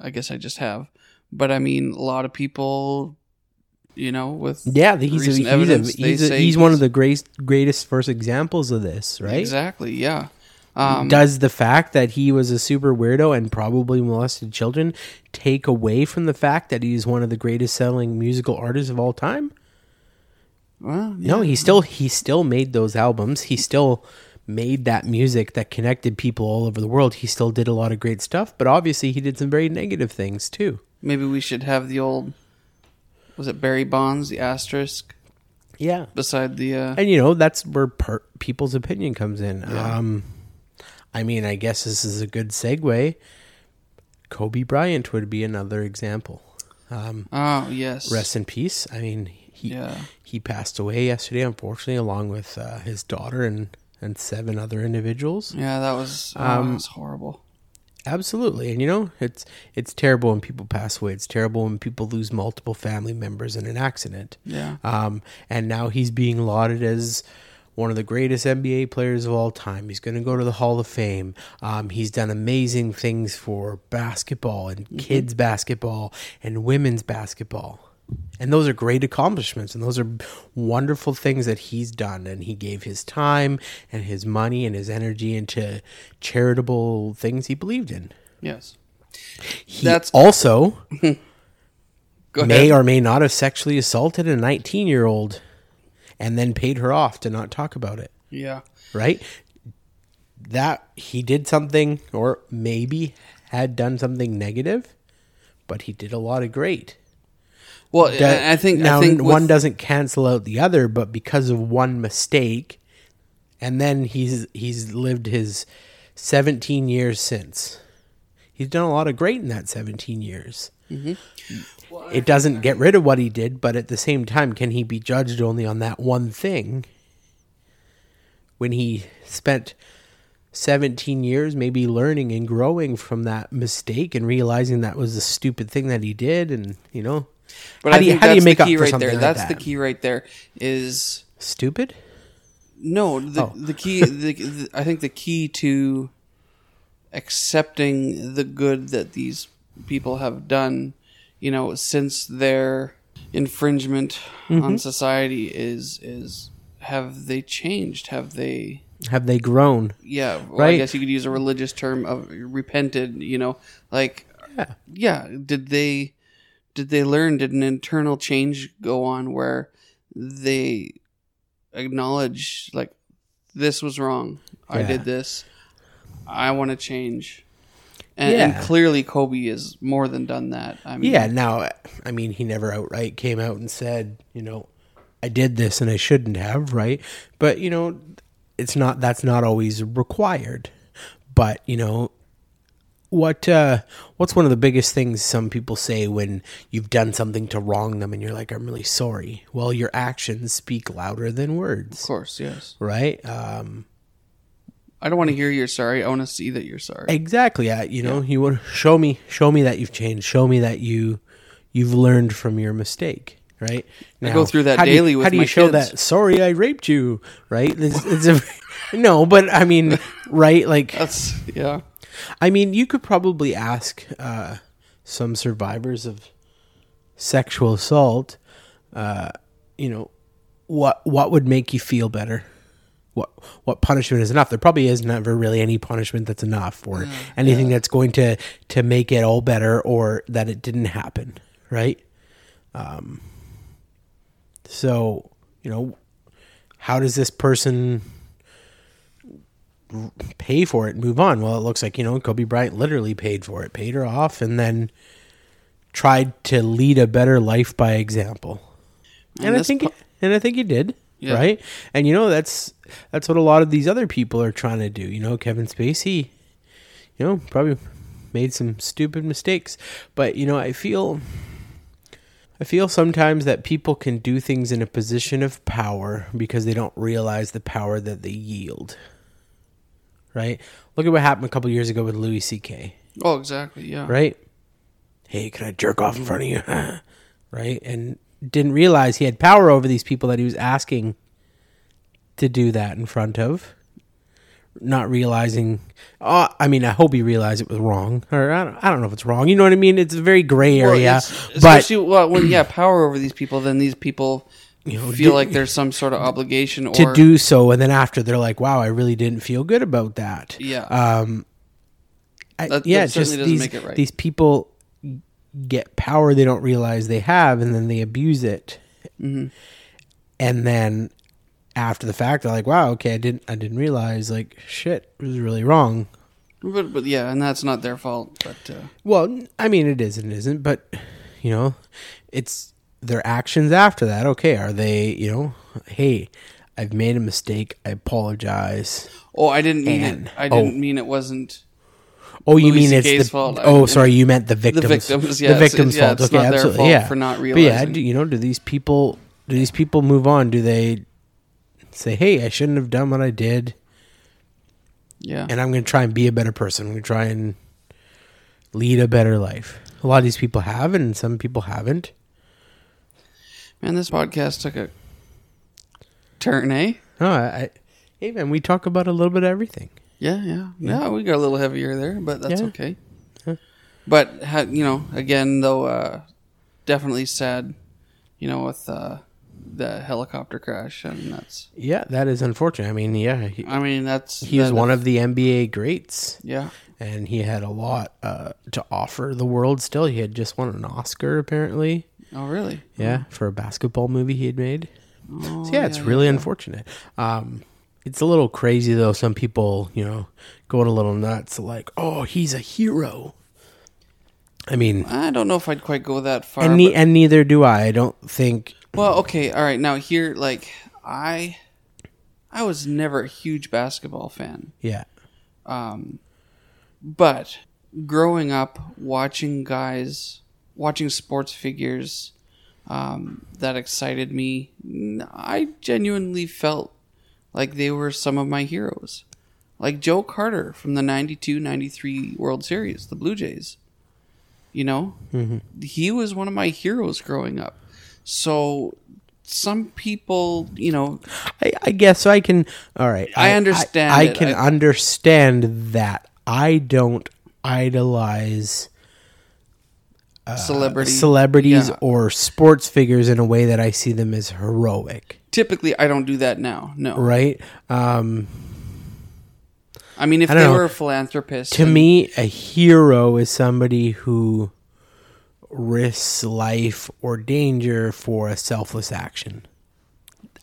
Speaker 2: I guess I just have, but I mean, a lot of people, you know, with
Speaker 1: Yeah, the- he's a,
Speaker 2: recent
Speaker 1: he's,
Speaker 2: evidence,
Speaker 1: a,
Speaker 2: they
Speaker 1: he's, a,
Speaker 2: say
Speaker 1: he's one
Speaker 2: he's-
Speaker 1: of the greatest greatest first examples of this, right?
Speaker 2: Exactly. Yeah. Um,
Speaker 1: Does the fact that he was a super weirdo and probably molested children take away from the fact that he's one of the greatest selling musical artists of all time?
Speaker 2: well, yeah.
Speaker 1: No, he still he still made those albums. He still made that music that connected people all over the world. He still did a lot of great stuff, but obviously he did some very negative things too.
Speaker 2: maybe we should have the old. Was it Barry Bonds the asterisk
Speaker 1: Yeah.
Speaker 2: beside the? Uh,
Speaker 1: and you know that's where per- people's opinion comes in. Um, I mean, I guess this is a good segue. Kobe Bryant would be another example. Um,
Speaker 2: oh yes.
Speaker 1: rest in peace. I mean, he
Speaker 2: Yeah.
Speaker 1: he passed away yesterday, unfortunately, along with uh, his daughter and and seven other individuals.
Speaker 2: Yeah, that was oh,
Speaker 1: Um,
Speaker 2: that was horrible.
Speaker 1: Absolutely, and you know it's it's terrible when people pass away. It's terrible when people lose multiple family members in an accident.
Speaker 2: Yeah.
Speaker 1: Um, and now he's being lauded as one of the greatest NBA players of all time. He's going to go to the Hall of Fame. Um, he's done amazing things for basketball and kids basketball and women's basketball. And those are great accomplishments and those are wonderful things that he's done and he gave his time and his money and his energy into charitable things he believed in.
Speaker 2: Yes.
Speaker 1: He
Speaker 2: That's-
Speaker 1: also
Speaker 2: Go
Speaker 1: may
Speaker 2: ahead.
Speaker 1: or may not have sexually assaulted a 19 year old and then paid her off to not talk about it,
Speaker 2: yeah.
Speaker 1: right? That he did something or maybe had done something negative, but he did a lot of great.
Speaker 2: Well,
Speaker 1: That-
Speaker 2: I I think
Speaker 1: now
Speaker 2: I think
Speaker 1: one
Speaker 2: with-
Speaker 1: doesn't cancel out the other, but because of one mistake, and then he's he's lived his 17 years since. He's done a lot of great in that 17 years. It doesn't get rid of what he did, but at the same time, can he be judged only on that one thing when he spent 17 years maybe learning and growing from that mistake and realizing that was a stupid thing that he did? And, you know,
Speaker 2: But
Speaker 1: how
Speaker 2: I
Speaker 1: do you,
Speaker 2: think
Speaker 1: how do you
Speaker 2: that's
Speaker 1: make
Speaker 2: the
Speaker 1: up
Speaker 2: key
Speaker 1: for
Speaker 2: right
Speaker 1: something
Speaker 2: there.
Speaker 1: like
Speaker 2: that's
Speaker 1: that?
Speaker 2: the key right there. Is
Speaker 1: Stupid?
Speaker 2: No, the
Speaker 1: Oh.
Speaker 2: the key. The, the, I think the key to accepting the good that these people have done, you know, since their infringement
Speaker 1: Mm-hmm.
Speaker 2: on society is is have they changed? Have they?
Speaker 1: Have they grown?
Speaker 2: Yeah, well, I
Speaker 1: Right.
Speaker 2: guess you could use a religious term of repented. You know, like
Speaker 1: Yeah.
Speaker 2: yeah, did they did they learn? Did an internal change go on where they acknowledge like this was wrong. I
Speaker 1: Yeah.
Speaker 2: did this. I want to change. And,
Speaker 1: Yeah.
Speaker 2: and clearly, Kobe is more than done that. I mean,
Speaker 1: Yeah, now, I mean, he never outright came out and said, you know, I did this and I shouldn't have, right? But, you know, it's not, that's not always required. But, you know, what uh what's one of the biggest things some people say when you've done something to wrong them and you're like i'm really sorry well your actions speak louder than
Speaker 2: of
Speaker 1: words
Speaker 2: course, yes.
Speaker 1: right um
Speaker 2: I don't want to hear you're sorry. I want to see that you're sorry.
Speaker 1: Exactly. I, you know, you want to show me, show me that you've changed. Show me that you, you've learned from your mistake. Right. Now,
Speaker 2: go through that
Speaker 1: how do you-
Speaker 2: daily with
Speaker 1: How do you
Speaker 2: my
Speaker 1: show
Speaker 2: kids.
Speaker 1: that? Sorry, I raped you. Right. It's, it's a, no, but I mean, right? Like,
Speaker 2: That's yeah,
Speaker 1: I mean, you could probably ask uh, some survivors of sexual assault, uh, you know, what what would make you feel better? What what punishment is enough? There probably is never really any punishment that's enough, or anything that's going to to make it all better, or that it didn't happen, right? Um, so you know, how does this person pay for it and move on? Well, it looks like, you know, Kobe Bryant literally paid for it, paid her off, and then tried to lead a better life by example. And, I
Speaker 2: this
Speaker 1: think
Speaker 2: po-
Speaker 1: and I think he did.
Speaker 2: Yeah.
Speaker 1: Right? And you know, that's that's what a lot of these other people are trying to do. You know, Kevin Spacey, you know, probably made some stupid mistakes. But, you know, I feel I feel sometimes that people can do things in a position of power because they don't realize the power that they yield. Right? Look at what happened a couple years ago with Louis C.K.
Speaker 2: Oh, exactly. Yeah.
Speaker 1: Right? Hey, can I jerk off in front of you? right? And didn't realize he had power over these people that he was asking to do that in front of. Not realizing, oh, I mean, I hope he realized it was wrong, or I don't, I don't know if it's wrong. You know what I mean? It's a very gray
Speaker 2: Well,
Speaker 1: area,
Speaker 2: it's-
Speaker 1: but
Speaker 2: especially well, when yeah, power over these people, then these people
Speaker 1: know,
Speaker 2: feel
Speaker 1: do-
Speaker 2: like there's some sort of obligation or
Speaker 1: to do so and then after they're like wow i really didn't feel good about that
Speaker 2: yeah.
Speaker 1: I-
Speaker 2: That-
Speaker 1: yeah
Speaker 2: that
Speaker 1: it's just
Speaker 2: certainly doesn't
Speaker 1: these,
Speaker 2: make it right.
Speaker 1: these people get power they don't realize they have and then they abuse it
Speaker 2: Mm-hmm.
Speaker 1: and then after the fact they're like wow okay i didn't i didn't realize like shit it was really wrong
Speaker 2: but, but yeah, and that's not their fault. But uh,
Speaker 1: well n- i mean it is and it isn't but you know it's their actions after that okay are they you know hey i've made a mistake i apologize
Speaker 2: oh, I didn't mean
Speaker 1: And-
Speaker 2: it. I
Speaker 1: oh.
Speaker 2: didn't mean it wasn't.
Speaker 1: Oh, you
Speaker 2: Louis
Speaker 1: mean it's
Speaker 2: CK's
Speaker 1: the
Speaker 2: fault. I-
Speaker 1: oh, sorry, you meant the victims.
Speaker 2: victims, yeah,
Speaker 1: the
Speaker 2: it's-
Speaker 1: victims'
Speaker 2: yeah,
Speaker 1: fault.
Speaker 2: it's
Speaker 1: okay,
Speaker 2: not their
Speaker 1: absolutely,
Speaker 2: fault
Speaker 1: yeah.
Speaker 2: for not
Speaker 1: But yeah,
Speaker 2: realizing.
Speaker 1: do, you know, do these people do these people move on? Do they say, "Hey, I shouldn't have done what I did,
Speaker 2: Yeah.
Speaker 1: and I'm going to try and be a better person. I'm going to try and lead a better life." A lot of these people have, and some people haven't.
Speaker 2: Man, this podcast took a turn, eh?
Speaker 1: No, I, I hey man, we talk about a little bit of everything.
Speaker 2: Yeah, yeah, yeah. we got a little heavier there, but that's
Speaker 1: Yeah.
Speaker 2: okay. But ha- you know, again though, uh, definitely sad. You know, with uh, the helicopter crash, and that's.
Speaker 1: Yeah, that is unfortunate. I mean, yeah, he,
Speaker 2: I mean, that's
Speaker 1: he was
Speaker 2: that-
Speaker 1: one of the NBA greats.
Speaker 2: Yeah,
Speaker 1: and he had a lot uh, to offer the world still he had just won an oscar apparently
Speaker 2: Oh, really?
Speaker 1: yeah for a basketball movie he had made
Speaker 2: Oh,
Speaker 1: so yeah, it's really unfortunate um, it's a little crazy though some people you know going a little nuts like oh he's a hero i mean
Speaker 2: I don't know if I'd quite go that far.
Speaker 1: and, ne- and neither do i i don't think
Speaker 2: but- well, okay, all right. Now here, like I, I was never a huge basketball fan,
Speaker 1: yeah
Speaker 2: Um, but growing up watching guys, watching sports figures, um, that excited me. n- I genuinely felt like they were some of my heroes. Like Joe Carter from the 92 93 World Series, the Blue Jays. You know, he was one of my heroes growing up. So some people, you know,
Speaker 1: I, I guess so. I can. All right.
Speaker 2: I understand
Speaker 1: I,
Speaker 2: it.
Speaker 1: can
Speaker 2: I-
Speaker 1: understand that. I don't idolize
Speaker 2: celebrity
Speaker 1: celebrities
Speaker 2: yeah.
Speaker 1: or sports figures in a way that I see them as heroic,
Speaker 2: Typically, I don't do that now. No,
Speaker 1: right? Um,
Speaker 2: I mean, if
Speaker 1: I
Speaker 2: they
Speaker 1: don't know.
Speaker 2: were a philanthropist,
Speaker 1: to me, a hero is somebody who risks life or danger for a selfless action.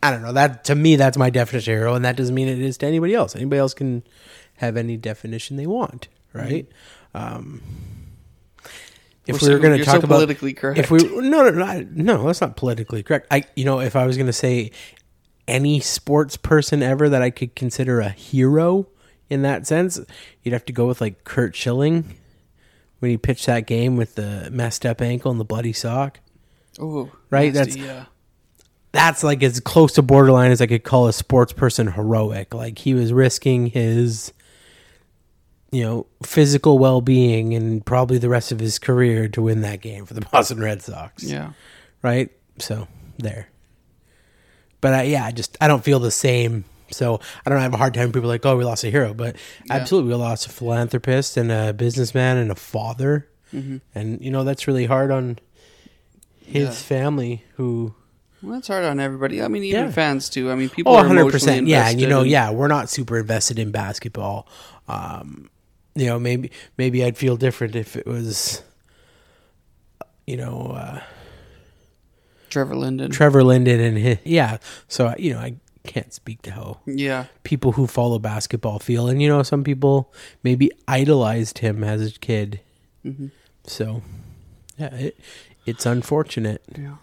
Speaker 1: I don't know. That to me, that's my definition of hero, and that doesn't mean it is to anybody else. Anybody else can have any definition they want, right? Um, if
Speaker 2: Mm-hmm.
Speaker 1: we were
Speaker 2: We're so-
Speaker 1: going
Speaker 2: you're
Speaker 1: to
Speaker 2: so
Speaker 1: talk about
Speaker 2: politically correct.
Speaker 1: if we no no no I- no, that's not politically correct. I you know if I was going to say any sports person ever that I could consider a hero in that sense, you'd have to go with like Kurt Schilling when he pitched that game with the messed up ankle and the bloody sock.
Speaker 2: Ooh,
Speaker 1: Right,
Speaker 2: nasty,
Speaker 1: that's-
Speaker 2: yeah.
Speaker 1: that's like as close to borderline as I could call a sports person heroic. Like he was risking his, you know, physical well being and probably the rest of his career to win that game for the Boston Red Sox.
Speaker 2: yeah.
Speaker 1: Right. So there. But I, yeah, I just I don't feel the same. So I don't have a hard time. People are like, oh, we lost a hero, but absolutely, we lost a philanthropist and a businessman and a father, and you know that's really hard on his
Speaker 2: Mm-hmm. Yeah.
Speaker 1: family who
Speaker 2: Well, that's hard on everybody. I mean, even
Speaker 1: Yeah.
Speaker 2: fans too. I mean, people
Speaker 1: Oh,
Speaker 2: are emotionally
Speaker 1: 100%.
Speaker 2: invested.
Speaker 1: Yeah, and you know,
Speaker 2: in-
Speaker 1: yeah, we're not super invested in basketball. Um, you know, maybe maybe I'd feel different if it was you know, uh,
Speaker 2: Trevor Linden.
Speaker 1: Trevor Linden and his, yeah. So, you know, I can't speak to how
Speaker 2: Yeah.
Speaker 1: people who follow basketball feel. And you know, some people maybe idolized him as a kid.
Speaker 2: Mhm.
Speaker 1: So, yeah, it, it's unfortunate.
Speaker 2: Yeah.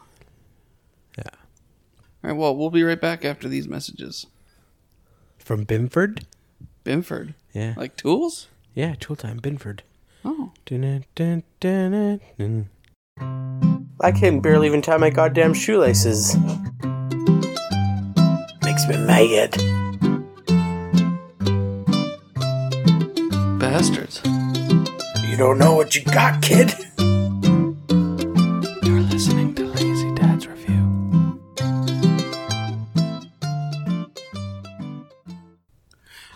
Speaker 1: Yeah.
Speaker 2: All right. Well, we'll be right back after these messages.
Speaker 1: From Binford?
Speaker 2: Binford,
Speaker 1: Yeah.
Speaker 2: like tools?
Speaker 1: yeah, tool time, Binford.
Speaker 2: Oh.
Speaker 1: I can barely even tie my goddamn shoelaces. Makes me mad.
Speaker 2: Bastards.
Speaker 1: You don't know what you got, kid.
Speaker 2: You're listening to Lazy Dad's Review.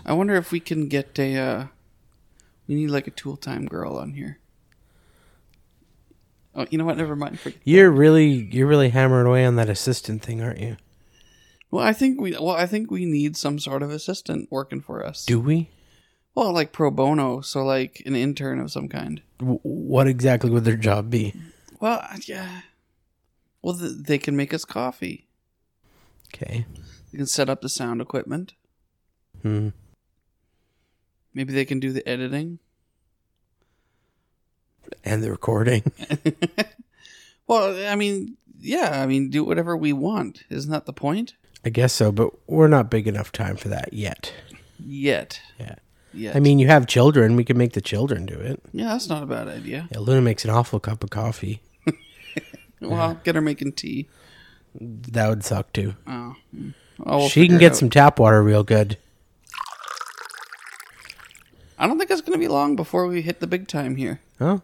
Speaker 2: I wonder if we can get a. Uh, we need like a tool time girl on here. Oh, you know what? Never mind. Forget-
Speaker 1: You're really, you're really hammering away on that assistant thing, aren't you?
Speaker 2: Well, I think we. Well, I think we need some sort of assistant working for us.
Speaker 1: Do we?
Speaker 2: Well, like pro bono, so like an intern of some kind.
Speaker 1: W- what exactly would their job be?
Speaker 2: Well, I- yeah. Well, th- they can make us coffee.
Speaker 1: Okay.
Speaker 2: They can set up the sound equipment.
Speaker 1: Hmm.
Speaker 2: Maybe they can do the editing.
Speaker 1: And the recording.
Speaker 2: well, I mean, yeah, I mean, do whatever we want. Isn't that the point?
Speaker 1: I guess so, but we're not big enough time for that yet.
Speaker 2: Yet.
Speaker 1: Yeah.
Speaker 2: Yet.
Speaker 1: I mean, you have children. We can make the children do it.
Speaker 2: yeah, that's not a bad idea.
Speaker 1: Yeah, Luna makes an awful cup of coffee. uh,
Speaker 2: Well, get her making tea.
Speaker 1: That would suck too.
Speaker 2: Oh, mm. Oh, we'll
Speaker 1: she can
Speaker 2: figure it
Speaker 1: get
Speaker 2: out.
Speaker 1: some tap water real good.
Speaker 2: I don't think it's going to be long before we hit the big time here.
Speaker 1: Huh?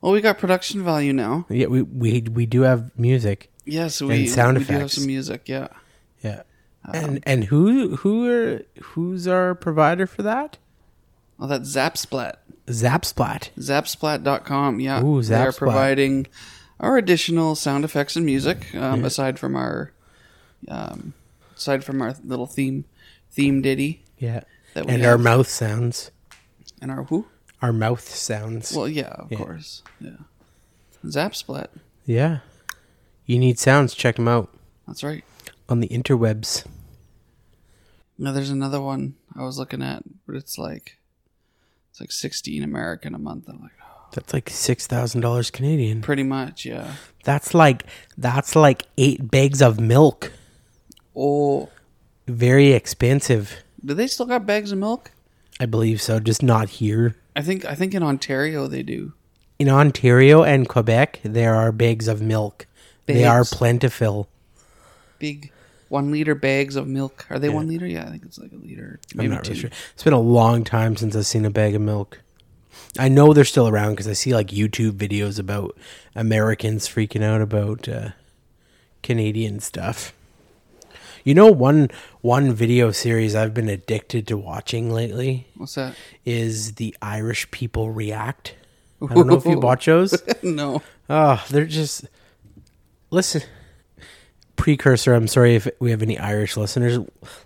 Speaker 2: Well, we got production value now.
Speaker 1: Yeah, we we we do have music.
Speaker 2: Yes, we,
Speaker 1: And sound
Speaker 2: we do have
Speaker 1: effects.
Speaker 2: some music. Yeah.
Speaker 1: Yeah. And and who who are who's our provider for that?
Speaker 2: Oh, that's Zapsplat.
Speaker 1: Zapsplat.
Speaker 2: Zapsplat.com. Yeah.
Speaker 1: Ooh,
Speaker 2: They are
Speaker 1: Zapsplat.
Speaker 2: providing our additional sound effects and music, um, aside from our, um, aside from our little theme, theme ditty
Speaker 1: Yeah.
Speaker 2: That we
Speaker 1: and
Speaker 2: have.
Speaker 1: our mouth sounds.
Speaker 2: and our who?
Speaker 1: Our mouth sounds.
Speaker 2: Well, yeah, of course. Yeah. Zapsplat.
Speaker 1: yeah. You need sounds, check them out
Speaker 2: That's right.
Speaker 1: on the interwebs.
Speaker 2: Now there's another one I was looking at, but it's like, it's like 16 American a month. I'm like, oh,
Speaker 1: That's like $6,000 Canadian.
Speaker 2: pretty much. Yeah.
Speaker 1: That's like that's like 8 bags of milk.
Speaker 2: Oh,
Speaker 1: Very expensive.
Speaker 2: do they still got bags of milk?
Speaker 1: I believe so, just not here.
Speaker 2: I think, I think in Ontario they do.
Speaker 1: In Ontario and Quebec, there are bags of milk. They are
Speaker 2: Bags.
Speaker 1: plentiful.
Speaker 2: big one liter bags of milk. Are they one liter? Yeah, I think it's like a liter. Maybe
Speaker 1: I'm not
Speaker 2: two.
Speaker 1: really sure. It's been a long time since I've seen a bag of milk. I know they're still around because I see like YouTube videos about Americans freaking out about uh, Canadian stuff. You know one one video series I've been addicted to watching lately
Speaker 2: What's that?
Speaker 1: is the Irish people react. I don't know if you watch those.
Speaker 2: no.
Speaker 1: Oh, they're just listen. Precursor, I'm sorry if we have any Irish listeners.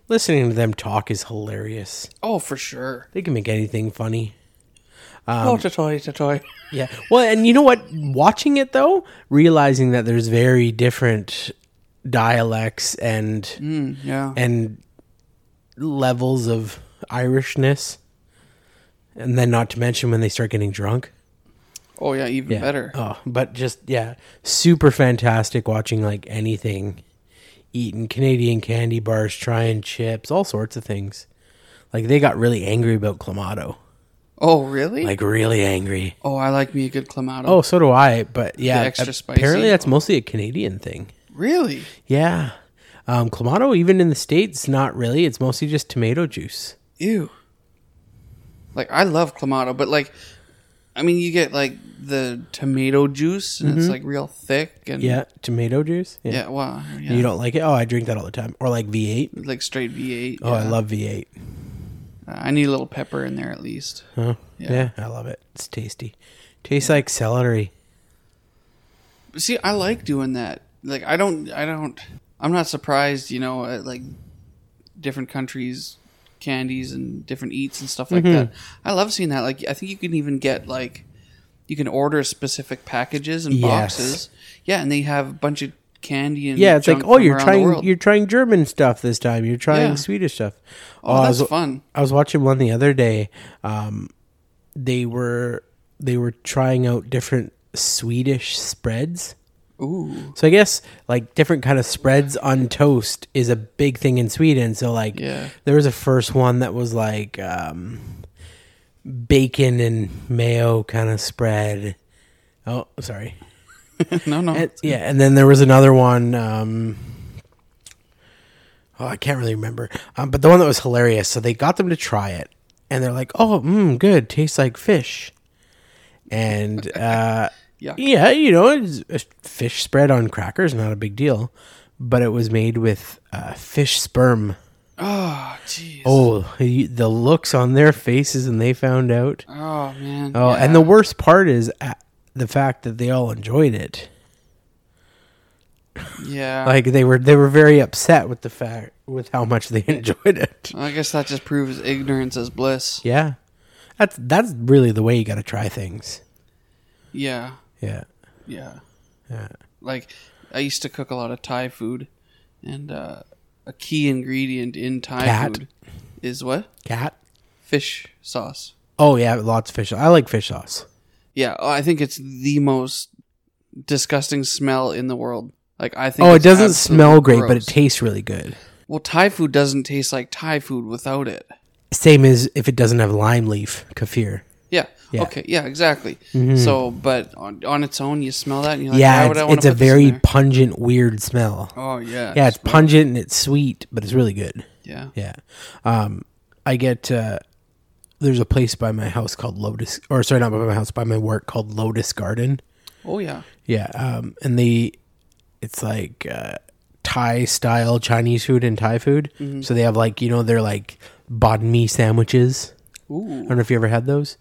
Speaker 1: Listening to them talk is hilarious.
Speaker 2: Oh, for sure.
Speaker 1: They can make anything funny. Um,
Speaker 2: oh, to toy, to toy.
Speaker 1: Yeah. Well, and you know what? Watching it though, realizing that there's very different dialects and
Speaker 2: Mm, yeah.
Speaker 1: and levels of Irishness, and then not to mention when they start getting drunk.
Speaker 2: oh, yeah. Even
Speaker 1: Yeah.
Speaker 2: better.
Speaker 1: Oh, but just yeah, super fantastic watching like anything eating Canadian candy bars, trying chips, all sorts of things. Like they got really angry about clamato.
Speaker 2: oh, really?
Speaker 1: Like really angry.
Speaker 2: oh, I like me a good clamato.
Speaker 1: Oh, so do I, but yeah,
Speaker 2: extra
Speaker 1: apparently
Speaker 2: spicy?
Speaker 1: that's mostly a Canadian thing.
Speaker 2: really?
Speaker 1: Yeah. Um clamato even in the states not really, it's mostly just tomato juice.
Speaker 2: Ew. Like I love clamato, but like, I mean, you get like the tomato juice, and it's like real thick, and
Speaker 1: Mm-hmm. Yeah, tomato juice. Yeah.
Speaker 2: yeah, wow, yeah.
Speaker 1: You don't like it? Oh, I drink that all the time. Or like V8.
Speaker 2: like straight V8.
Speaker 1: Oh, I
Speaker 2: yeah.
Speaker 1: love V8.
Speaker 2: I need a little pepper in there at least.
Speaker 1: Huh?
Speaker 2: Yeah.
Speaker 1: Yeah. I love it. It's tasty. Tastes like celery.
Speaker 2: see i like doing that like i don't i don't i'm not surprised you know at like different countries candies and different eats and stuff like
Speaker 1: Mm-hmm.
Speaker 2: that i love seeing that like i think you can even get like you can order specific packages and
Speaker 1: Yes.
Speaker 2: boxes yeah and they have a bunch of candy and
Speaker 1: yeah, it's like
Speaker 2: junk
Speaker 1: oh,
Speaker 2: from
Speaker 1: you're
Speaker 2: around the
Speaker 1: trying
Speaker 2: world.
Speaker 1: you're trying German stuff this time. You're trying
Speaker 2: Yeah.
Speaker 1: Swedish stuff.
Speaker 2: oh,
Speaker 1: I
Speaker 2: that's
Speaker 1: was-
Speaker 2: fun.
Speaker 1: Um, I was watching one the other day. Um, they were they were trying out different Swedish spreads.
Speaker 2: Ooh,
Speaker 1: So I guess like different kind of spreads on toast is a big thing in Sweden. So like
Speaker 2: Yeah.
Speaker 1: there was a first one that was like um, bacon and mayo kind of spread. Oh, sorry.
Speaker 2: no, no,
Speaker 1: And- yeah, and then there was another one. Um, oh, I can't really remember. Um, but the one that was hilarious. So they got them to try it, and they're like, "Oh, mm, good. Tastes like fish." And uh,
Speaker 2: Yuck.
Speaker 1: yeah, you know, it's a fish spread on crackers not a big deal, but it was made with uh, fish sperm.
Speaker 2: oh, jeez, oh,
Speaker 1: Oh, you- the looks on their faces, and they found out.
Speaker 2: man,
Speaker 1: Oh,
Speaker 2: yeah.
Speaker 1: and the worst part is uh, the fact that they all enjoyed it.
Speaker 2: yeah,
Speaker 1: like they were they were very upset with the fact with how much they enjoyed it
Speaker 2: I guess that just proves ignorance is bliss.
Speaker 1: yeah that's that's really the way you got to try things
Speaker 2: Yeah,
Speaker 1: yeah
Speaker 2: yeah.
Speaker 1: yeah
Speaker 2: Like I used to cook a lot of Thai food, and uh, a key ingredient in Thai
Speaker 1: Cat.
Speaker 2: food is what
Speaker 1: cat
Speaker 2: fish sauce.
Speaker 1: oh yeah lots of fish i like fish sauce
Speaker 2: Yeah, oh, I think it's the most disgusting smell in the world. Like I think.
Speaker 1: oh it
Speaker 2: it's
Speaker 1: doesn't
Speaker 2: absolutely
Speaker 1: smell great but
Speaker 2: gross.
Speaker 1: it tastes really good
Speaker 2: well, Thai food doesn't taste like Thai food without it.
Speaker 1: same as if it doesn't have lime leaf kaffir Yeah.
Speaker 2: Yeah.
Speaker 1: Mm-hmm.
Speaker 2: Okay. Yeah. Exactly. So, but on, on its own, you smell that, and you're like, Why
Speaker 1: yeah
Speaker 2: would I
Speaker 1: it's,
Speaker 2: wanna
Speaker 1: it's a
Speaker 2: put this in
Speaker 1: very
Speaker 2: there?
Speaker 1: pungent weird smell
Speaker 2: Oh yeah.
Speaker 1: yeah it's pungent and it's sweet but it's really good
Speaker 2: yeah.
Speaker 1: Yeah. Um, I get, uh, there's a place by my house called Lotus, or sorry, not by my house, by my work called Lotus Garden.
Speaker 2: Oh yeah.
Speaker 1: Yeah. Um, and they, it's like, uh, Thai style Chinese food and Thai food. So they have like, you know, they're like banh mi sandwiches. I
Speaker 2: Ooh.
Speaker 1: don't know if you ever had those.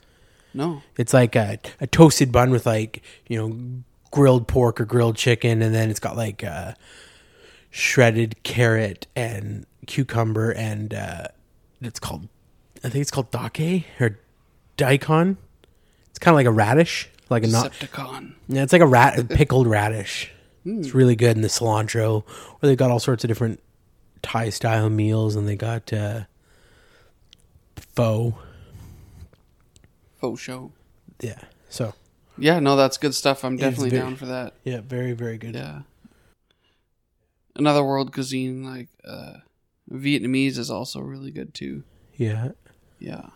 Speaker 2: No.
Speaker 1: It's like a, a toasted bun with like, you know, grilled pork or grilled chicken. And then it's got like, uh, shredded carrot and cucumber and uh, it's called I think it's called dake or daikon. It's kind of like a radish, like a not.
Speaker 2: Decepticon.
Speaker 1: Yeah, it's like a rat, a pickled radish. It's
Speaker 2: Hmm.
Speaker 1: really good in the cilantro. Or they got all sorts of different Thai style meals, and they got uh, pho.
Speaker 2: Faux show.
Speaker 1: Yeah, so
Speaker 2: Yeah. No, that's good stuff. I'm definitely
Speaker 1: very-
Speaker 2: down for that.
Speaker 1: yeah, very very good.
Speaker 2: Yeah. Another world cuisine like uh, Vietnamese is also really good too.
Speaker 1: yeah.
Speaker 2: Yeah.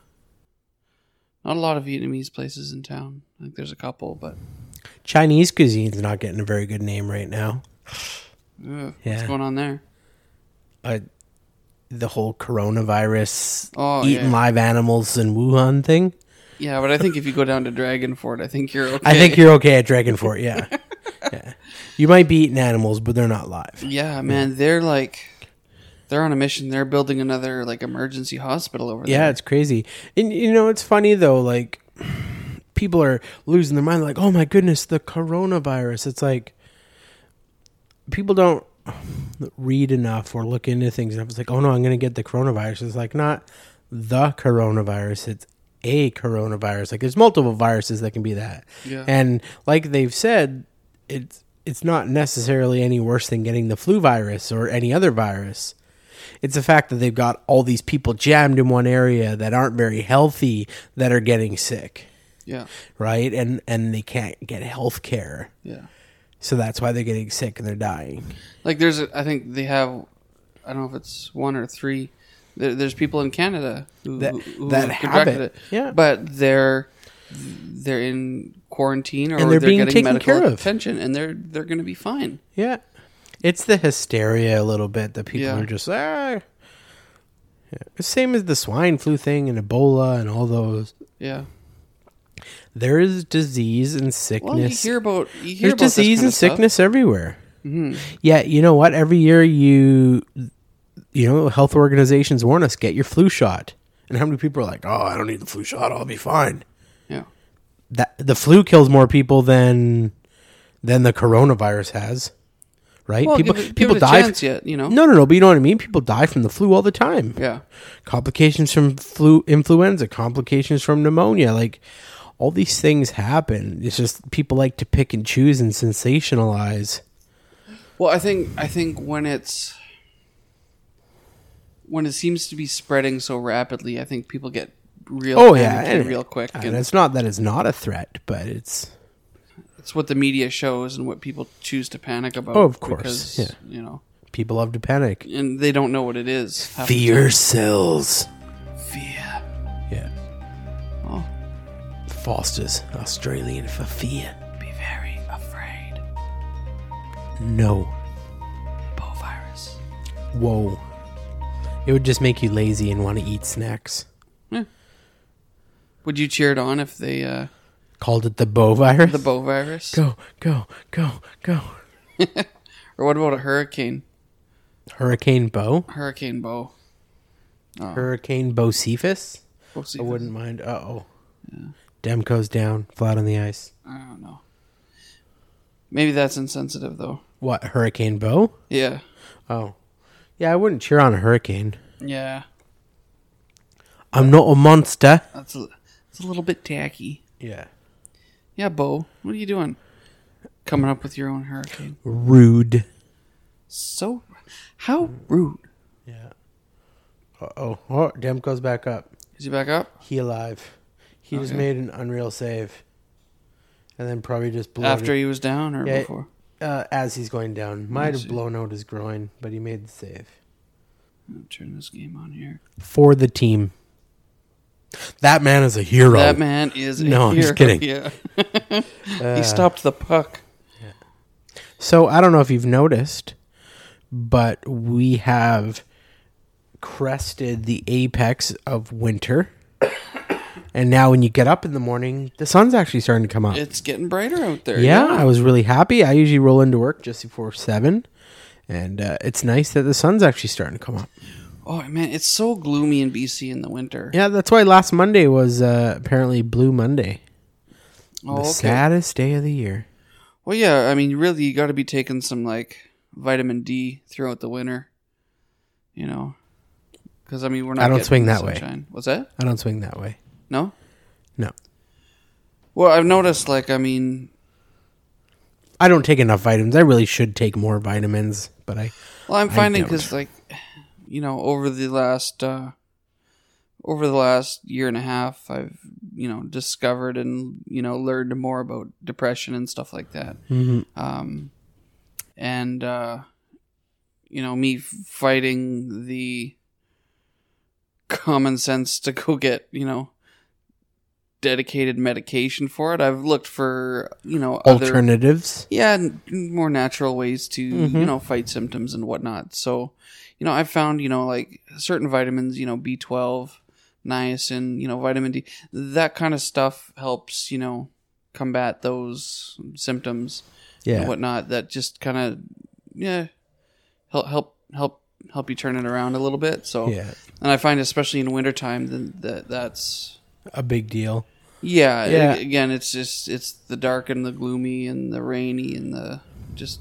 Speaker 2: Not a lot of Vietnamese places in town. I think there's a couple, but
Speaker 1: Chinese cuisine's not getting a very good name right now.
Speaker 2: ugh, what's
Speaker 1: Yeah.
Speaker 2: going on there?
Speaker 1: uh, the whole coronavirus
Speaker 2: Oh,
Speaker 1: eating
Speaker 2: yeah.
Speaker 1: live animals in Wuhan thing.
Speaker 2: Yeah, but I think if you go down to Dragonfort, I think you're okay.
Speaker 1: I think you're okay at Dragonfort. Yeah. yeah. You might be eating animals, but they're not live.
Speaker 2: Yeah, man, they're like they're on a mission. They're building another like emergency hospital over
Speaker 1: Yeah,
Speaker 2: there.
Speaker 1: it's crazy. And you know, it's funny though, like people are losing their mind like, "Oh my goodness, the coronavirus." It's like people don't read enough or look into things enough. It's like, "Oh no, I'm going to get the coronavirus." It's like not the coronavirus, it's a coronavirus. Like there's multiple viruses that can be that.
Speaker 2: Yeah.
Speaker 1: And like they've said, it's it's not necessarily any worse than getting the flu virus or any other virus. It's the fact that they've got all these people jammed in one area that aren't very healthy that are getting sick,
Speaker 2: Yeah.
Speaker 1: right? And and they can't get health care.
Speaker 2: Yeah.
Speaker 1: So that's why they're getting sick and they're dying.
Speaker 2: Like there's a, I think they have I don't know if it's one or three there, there's people in Canada who
Speaker 1: That-
Speaker 2: who- who
Speaker 1: that
Speaker 2: have
Speaker 1: have
Speaker 2: contracted
Speaker 1: it. Yeah.
Speaker 2: But they're they're in quarantine or
Speaker 1: And
Speaker 2: they're,
Speaker 1: they're being
Speaker 2: getting
Speaker 1: taken
Speaker 2: medical
Speaker 1: care of.
Speaker 2: attention and they're they're going to be fine.
Speaker 1: Yeah. It's the hysteria a little bit that people
Speaker 2: Yeah.
Speaker 1: are just ah. Yeah. Same as the swine flu thing and Ebola and all those.
Speaker 2: Yeah.
Speaker 1: There is disease and
Speaker 2: Well, you
Speaker 1: sickness.
Speaker 2: hear about you hear
Speaker 1: There's
Speaker 2: about this
Speaker 1: disease
Speaker 2: kind
Speaker 1: and
Speaker 2: of stuff. Mm-hmm.
Speaker 1: sickness everywhere. Yeah, you know what? Every year you, you know, health organizations warn us get your flu shot. And how many people are like, "Oh, I don't need the flu shot. I'll be fine."
Speaker 2: Yeah.
Speaker 1: That the flu kills more people than than the coronavirus has, right?
Speaker 2: Well,
Speaker 1: people
Speaker 2: give it, give
Speaker 1: people
Speaker 2: it a
Speaker 1: die.
Speaker 2: chance yet, you know.
Speaker 1: No, no, no. But you know what I mean. People die from the flu all the time.
Speaker 2: Yeah.
Speaker 1: Complications from flu influenza, complications from pneumonia, like all these things happen. It's just people like to pick and choose and sensationalize.
Speaker 2: Well, I think I think when it's when it seems to be spreading so rapidly, I think people get real
Speaker 1: Oh yeah,
Speaker 2: panicky
Speaker 1: and-
Speaker 2: real quick.
Speaker 1: And
Speaker 2: And
Speaker 1: it's not that it's not a threat, but it's
Speaker 2: it's what the media shows and what people choose to panic about.
Speaker 1: Oh, of course, yeah.
Speaker 2: you know,
Speaker 1: people love to panic.
Speaker 2: and they don't know what it is. half the
Speaker 1: Fear cells.
Speaker 2: time. fear.
Speaker 1: Yeah.
Speaker 2: Oh,
Speaker 1: Foster's Australian for fear.
Speaker 2: be very afraid.
Speaker 1: No.
Speaker 2: Bo virus.
Speaker 1: Whoa. It would just make you lazy and want to eat snacks.
Speaker 2: Would you cheer it on if they uh,
Speaker 1: Called it the Bo virus.
Speaker 2: the Bo virus?
Speaker 1: Go, go, go, go.
Speaker 2: Or what about a hurricane?
Speaker 1: Hurricane Bo.
Speaker 2: Hurricane Bo.
Speaker 1: Hurricane Bo Cephas.
Speaker 2: We'll see
Speaker 1: I
Speaker 2: if it's-
Speaker 1: wouldn't mind. Uh oh. Demko's down, flat on the ice.
Speaker 2: I don't know. Maybe that's insensitive though.
Speaker 1: What, Hurricane Bo?
Speaker 2: Yeah.
Speaker 1: Oh. Yeah, I wouldn't cheer on a hurricane.
Speaker 2: Yeah.
Speaker 1: I'm not a monster.
Speaker 2: That's a, that's a little bit tacky.
Speaker 1: Yeah.
Speaker 2: Yeah, Bo, what are you doing? Coming up with your own hurricane.
Speaker 1: Rude.
Speaker 2: So, how rude.
Speaker 1: Yeah. Uh oh. Oh, Demko's back up.
Speaker 2: Is he back up?
Speaker 1: He alive. He just
Speaker 2: Okay.
Speaker 1: made an unreal save. And then probably just blew
Speaker 2: After he was down or
Speaker 1: Yeah.
Speaker 2: before?
Speaker 1: uh, as he's going down. Might have
Speaker 2: see.
Speaker 1: blown out his groin, but he made the save.
Speaker 2: I'll turn this game on here.
Speaker 1: For the team. That man is a hero.
Speaker 2: That man is a
Speaker 1: No, I'm just
Speaker 2: hero.
Speaker 1: kidding. Uh,
Speaker 2: Yeah. he stopped the puck.
Speaker 1: So I don't know if you've noticed, but we have crested the apex of winter. and now when you get up in the morning, the sun's actually starting to come up.
Speaker 2: It's getting brighter out there.
Speaker 1: yeah, I was really happy. I usually roll into work just before 7, and uh, it's nice that the sun's actually starting to come up.
Speaker 2: Oh man, it's so gloomy in BC in the winter.
Speaker 1: Yeah, that's why last Monday was uh, apparently Blue Monday.
Speaker 2: oh,
Speaker 1: the saddest day of the year.
Speaker 2: Well, yeah, I mean, really, you got to be taking some like vitamin D throughout the winter, you know, because I mean, we're not.
Speaker 1: I don't
Speaker 2: getting
Speaker 1: swing
Speaker 2: the
Speaker 1: that way.
Speaker 2: sunshine. What's that?
Speaker 1: I don't swing that way.
Speaker 2: No.
Speaker 1: No.
Speaker 2: Well, I've noticed, like, I mean,
Speaker 1: I don't take enough vitamins. I really should take more vitamins, but I
Speaker 2: well, I'm finding
Speaker 1: don't.
Speaker 2: because, like, you know, over the last uh over the last year and a half, I've you know discovered and you know learned more about depression and stuff like that. Um, and uh, you know, me fighting the common sense to go get you know dedicated medication for it. I've looked for you know other
Speaker 1: alternatives.
Speaker 2: yeah n- more natural ways to you
Speaker 1: Mhm.
Speaker 2: know fight symptoms and whatnot so you know i've found you know like certain vitamins you know b12 niacin you know vitamin d that kind of stuff helps you know combat those symptoms
Speaker 1: Yeah.
Speaker 2: and whatnot that just kind of yeah help help help help you turn it around a little bit so
Speaker 1: Yeah.
Speaker 2: and i find especially in wintertime then that that's
Speaker 1: a big deal.
Speaker 2: yeah,
Speaker 1: Yeah.
Speaker 2: a- again it's just it's the dark and the gloomy and the rainy and the just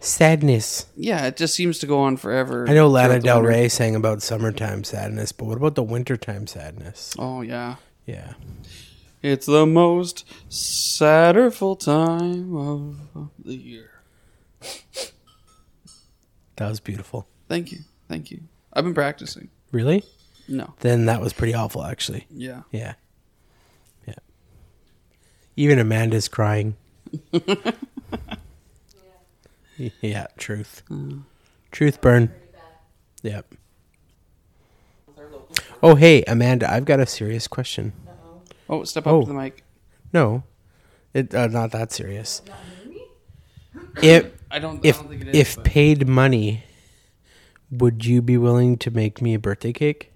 Speaker 1: Sadness.
Speaker 2: yeah, it just seems to go on forever.
Speaker 1: I know Lana
Speaker 2: throughout the
Speaker 1: Del
Speaker 2: winter.
Speaker 1: Rey sang about summertime sadness, but what about the wintertime sadness?
Speaker 2: Oh yeah,
Speaker 1: Yeah.
Speaker 2: it's the most satterful time of the year.
Speaker 1: That was beautiful.
Speaker 2: Thank you, thank you. I've been practicing.
Speaker 1: Really?
Speaker 2: No,
Speaker 1: Then that was pretty awful actually.
Speaker 2: yeah,
Speaker 1: Yeah. Yeah. Even Amanda's crying. yeah, truth.
Speaker 2: Hmm.
Speaker 1: Truth burn. Yep. Oh, hey, Amanda, I've got a serious question.
Speaker 2: Oh, step up
Speaker 1: Oh.
Speaker 2: to the mic.
Speaker 1: No, it uh, not that serious. If
Speaker 2: I don't. I
Speaker 1: if
Speaker 2: don't think it is.
Speaker 1: if
Speaker 2: but-
Speaker 1: paid money, would you be willing to make me a birthday cake?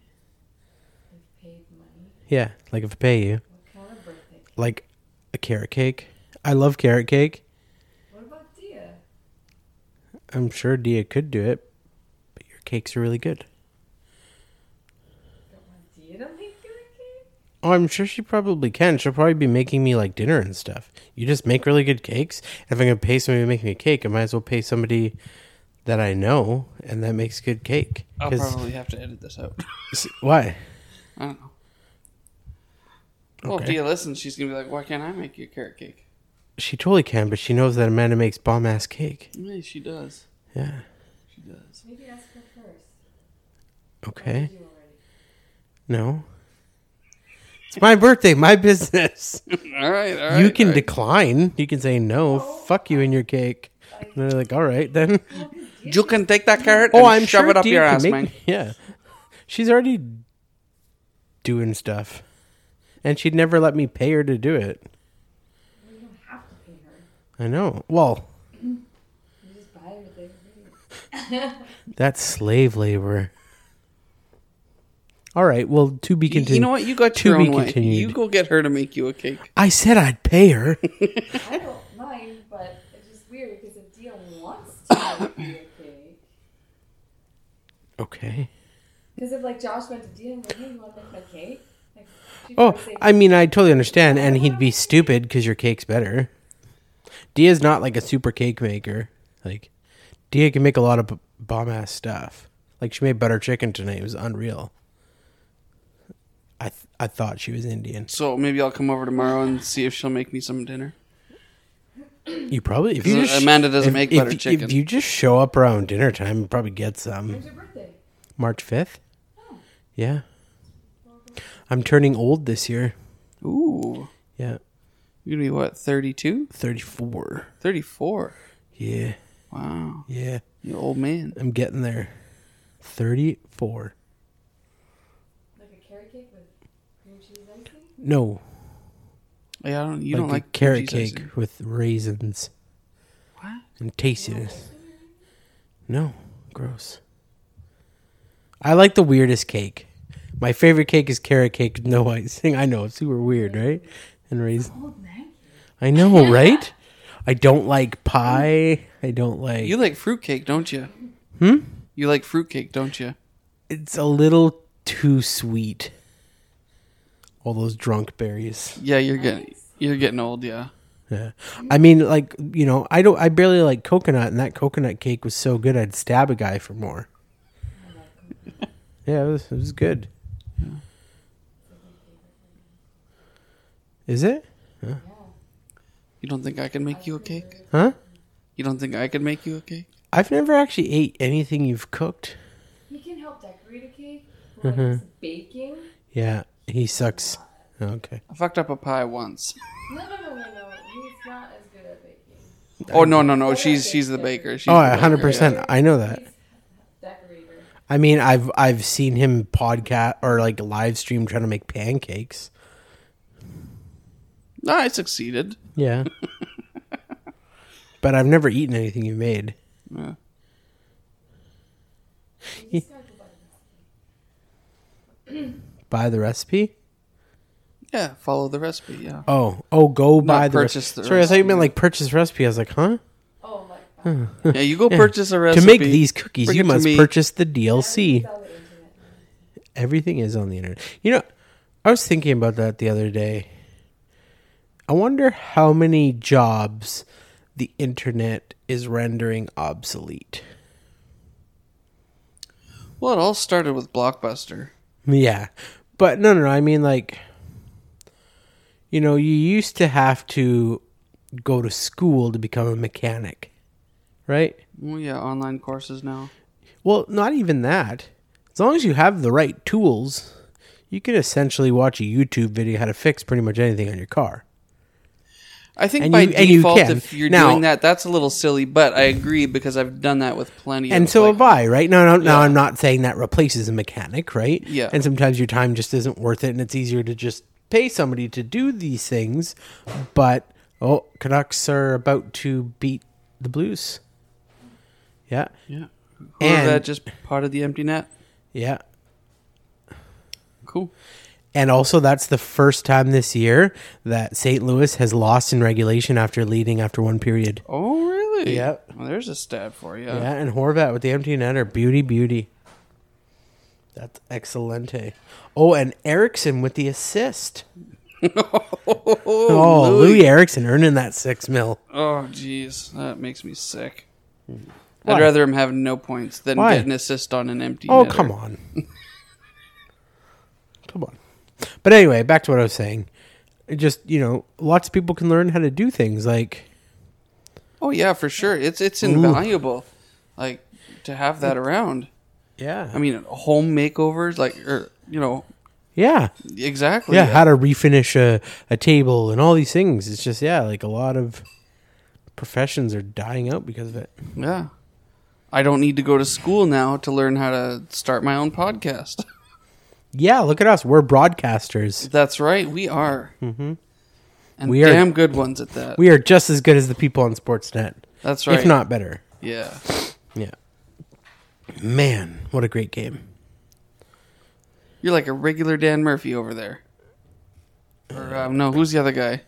Speaker 4: paid money.
Speaker 1: Yeah, like if I pay you,
Speaker 4: What kind of birthday?
Speaker 1: like a carrot cake. I love carrot cake.
Speaker 4: What about Dia?
Speaker 1: I'm sure Dia could do it, but your cakes are really good.
Speaker 4: Don't want Dia to make you a cake?
Speaker 1: Oh, I'm sure she probably can. She'll probably be making me like dinner and stuff. You just make really good cakes. If I'm gonna pay somebody to make me a cake, I might as well pay somebody that I know and that makes good cake.
Speaker 2: I'll
Speaker 1: 'Cause-
Speaker 2: Oh, probably have to edit this out.
Speaker 1: s- why?
Speaker 2: I don't know. Well, if
Speaker 1: Okay.
Speaker 2: Dia listens, she's gonna be like, "Why can't I make you a carrot cake?"
Speaker 1: She totally can, but she knows that Amanda makes bomb ass cake.
Speaker 2: Yeah, she does.
Speaker 1: Yeah.
Speaker 2: She does.
Speaker 4: Maybe ask her first.
Speaker 1: Okay.
Speaker 4: You already.
Speaker 1: No. It's my birthday, my business.
Speaker 2: All right, all right.
Speaker 1: you can
Speaker 2: all right.
Speaker 1: decline. You can say no. Fuck you and your cake. And they're like, all right then.
Speaker 2: you can take that carrot
Speaker 1: Oh,
Speaker 2: and
Speaker 1: I'm
Speaker 2: shove
Speaker 1: sure
Speaker 2: it up
Speaker 1: Dee
Speaker 2: your
Speaker 1: can
Speaker 2: ass,
Speaker 1: make-
Speaker 2: man.
Speaker 1: Yeah, she's already doing stuff, and she'd never let me pay her to do it.
Speaker 4: You don't have to pay her.
Speaker 1: I know. Well,
Speaker 4: You just buy her things. right?
Speaker 1: that's slave labor. All right. Well, to be continued.
Speaker 2: You know what? You got
Speaker 1: To
Speaker 2: your
Speaker 1: be
Speaker 2: own way.
Speaker 1: continued.
Speaker 2: You go get her to make you a cake.
Speaker 1: I said I'd pay her.
Speaker 4: I don't mind, but it's just weird because if Dia wants to make you a cake,
Speaker 1: okay.
Speaker 4: because if like Josh went to Dia and was like, hey, you want to make my cake? Like, she'd
Speaker 1: Oh,
Speaker 4: probably say,
Speaker 1: I mean, I totally understand, and he'd be stupid because your cake's better. Dia's not like a super cake maker. Like, Dia can make a lot of b- bomb ass stuff. Like, she made butter chicken tonight. It was unreal. I th- I thought she was Indian.
Speaker 2: So maybe I'll come over tomorrow and see if she'll make me some dinner.
Speaker 1: You probably if you
Speaker 2: 'Cause
Speaker 1: just,
Speaker 2: Amanda doesn't
Speaker 1: if-
Speaker 2: make
Speaker 1: if-
Speaker 2: butter
Speaker 1: if
Speaker 2: chicken.
Speaker 1: you just show up around dinner time, you probably get some.
Speaker 4: when's your birthday?
Speaker 1: March fifth. Yeah, I'm turning old this year.
Speaker 2: Ooh.
Speaker 1: Yeah,
Speaker 2: You're going to be what, 32?
Speaker 1: thirty four.
Speaker 2: 34.
Speaker 1: Yeah,
Speaker 2: Wow.
Speaker 1: yeah.
Speaker 2: You old man.
Speaker 1: I'm getting there. 34.
Speaker 4: Like a carrot cake with cream cheese icing?
Speaker 1: No,
Speaker 2: Yeah, I don't, you
Speaker 1: like,
Speaker 2: don't
Speaker 1: a
Speaker 2: like
Speaker 1: carrot
Speaker 2: cheese
Speaker 1: cake
Speaker 2: icing.
Speaker 1: with raisins
Speaker 2: What?
Speaker 1: and tastiness. No, gross. I like the weirdest cake. My favorite cake is carrot cake with no icing. I know, it's super weird, right? And raisin.
Speaker 4: Old man.
Speaker 1: I know, right? I don't like pie. I don't like.
Speaker 2: You like fruitcake, don't you? Hmm? You like fruitcake, don't you?
Speaker 1: It's a little too sweet. All those drunk berries.
Speaker 2: Yeah, you're getting you're getting old, yeah.
Speaker 1: Yeah. I mean, like you know, I don't. I barely like coconut, and that coconut cake was so good, I'd stab a guy for more. yeah, it was, it was good. Is it?
Speaker 2: You don't think I can make you a cake?
Speaker 1: Huh?
Speaker 2: You don't think I can make you a cake?
Speaker 1: I've never actually ate anything you've cooked.
Speaker 4: He can help decorate a cake. Like
Speaker 1: Mm-hmm.
Speaker 4: it's baking.
Speaker 1: Yeah, he sucks. Okay.
Speaker 2: I fucked up a pie once.
Speaker 4: No, no, no, no, no. He's not as good at baking.
Speaker 2: Oh no, no, no. She's she's the baker. She's
Speaker 1: Oh,
Speaker 2: the
Speaker 1: a
Speaker 2: baker,
Speaker 1: hundred
Speaker 2: yeah.
Speaker 1: percent. I know that.
Speaker 4: Decorator.
Speaker 1: I mean, I've I've seen him podcast or like live stream trying to make pancakes.
Speaker 2: No, I succeeded.
Speaker 1: Yeah. but I've never eaten anything you made.
Speaker 2: Yeah.
Speaker 4: You just gotta go by the
Speaker 1: Buy the recipe.
Speaker 2: Yeah, follow the recipe. Yeah.
Speaker 1: Oh, oh, go buy the,
Speaker 2: purchase
Speaker 1: recipe.
Speaker 2: the
Speaker 1: Sorry, I thought you
Speaker 2: recipe.
Speaker 1: meant like purchase recipe. I was like, huh?
Speaker 4: Oh, my God.
Speaker 2: Yeah, you go purchase a recipe
Speaker 1: to make these cookies,
Speaker 2: Bring
Speaker 1: you
Speaker 2: it to
Speaker 1: must
Speaker 2: me.
Speaker 1: purchase the DLC.
Speaker 4: Sell the internet.
Speaker 1: Everything is on the internet. You know, I was thinking about that the other day. I wonder how many jobs the internet is rendering obsolete.
Speaker 2: Well, it all started with Blockbuster.
Speaker 1: Yeah. But no, no, no. I mean, like, you know, you used to have to go to school to become a mechanic, right?
Speaker 2: Well, yeah, online courses now.
Speaker 1: Well, not even that. As long as you have the right tools, you can essentially watch a YouTube video how to fix pretty much anything on your car.
Speaker 2: I think
Speaker 1: And
Speaker 2: by
Speaker 1: you- and you
Speaker 2: default,
Speaker 1: can.
Speaker 2: if you're
Speaker 1: Now-
Speaker 2: doing that, that's a little silly. But I agree because I've done that with plenty.
Speaker 1: And
Speaker 2: of,
Speaker 1: so
Speaker 2: like,
Speaker 1: have I, right? No, no, no. I'm not saying that replaces a mechanic, right?
Speaker 2: Yeah.
Speaker 1: And sometimes your time just isn't worth it, and it's easier to just pay somebody to do these things. But oh, Canucks are about to beat the Blues. Yeah,
Speaker 2: yeah. Who
Speaker 1: And-
Speaker 2: that just potted the empty net.
Speaker 1: yeah.
Speaker 2: Cool.
Speaker 1: And also, that's the first time this year that St. Louis has lost in regulation after leading after one period.
Speaker 2: Oh, really?
Speaker 1: Yep.
Speaker 2: Well, there's a stat for you.
Speaker 1: Yeah, and Horvat with the empty net are beauty, beauty. That's excelente. Oh, and Erickson with the assist. oh, Louis. Erickson earning that six mil.
Speaker 2: Oh, jeez, that makes me sick.
Speaker 1: Why?
Speaker 2: I'd rather him have no points than
Speaker 1: Why?
Speaker 2: get an assist on an empty.
Speaker 1: Oh,
Speaker 2: netter.
Speaker 1: come on. come on. But anyway, back to what I was saying. It just, you know, lots of people can learn how to do things like
Speaker 2: Oh yeah, for sure. It's it's invaluable. like to have that around.
Speaker 1: Yeah.
Speaker 2: I mean, home makeovers, like or you know,
Speaker 1: yeah.
Speaker 2: exactly.
Speaker 1: Yeah. How to refinish a, a table and all these things. It's just, yeah, like a lot of professions are dying out because of it.
Speaker 2: Yeah. I don't need to go to school now to learn how to start my own podcast.
Speaker 1: Yeah. Look at us. We're broadcasters.
Speaker 2: That's right, we are. Mm-hmm. And
Speaker 1: We are-
Speaker 2: damn good ones at that.
Speaker 1: We are just as good as the people on Sportsnet,
Speaker 2: That's right.
Speaker 1: if not better.
Speaker 2: yeah.
Speaker 1: Yeah. Man, what a great game.
Speaker 2: You're like a regular Dan Murphy over there. Or um, no, who's the other guy?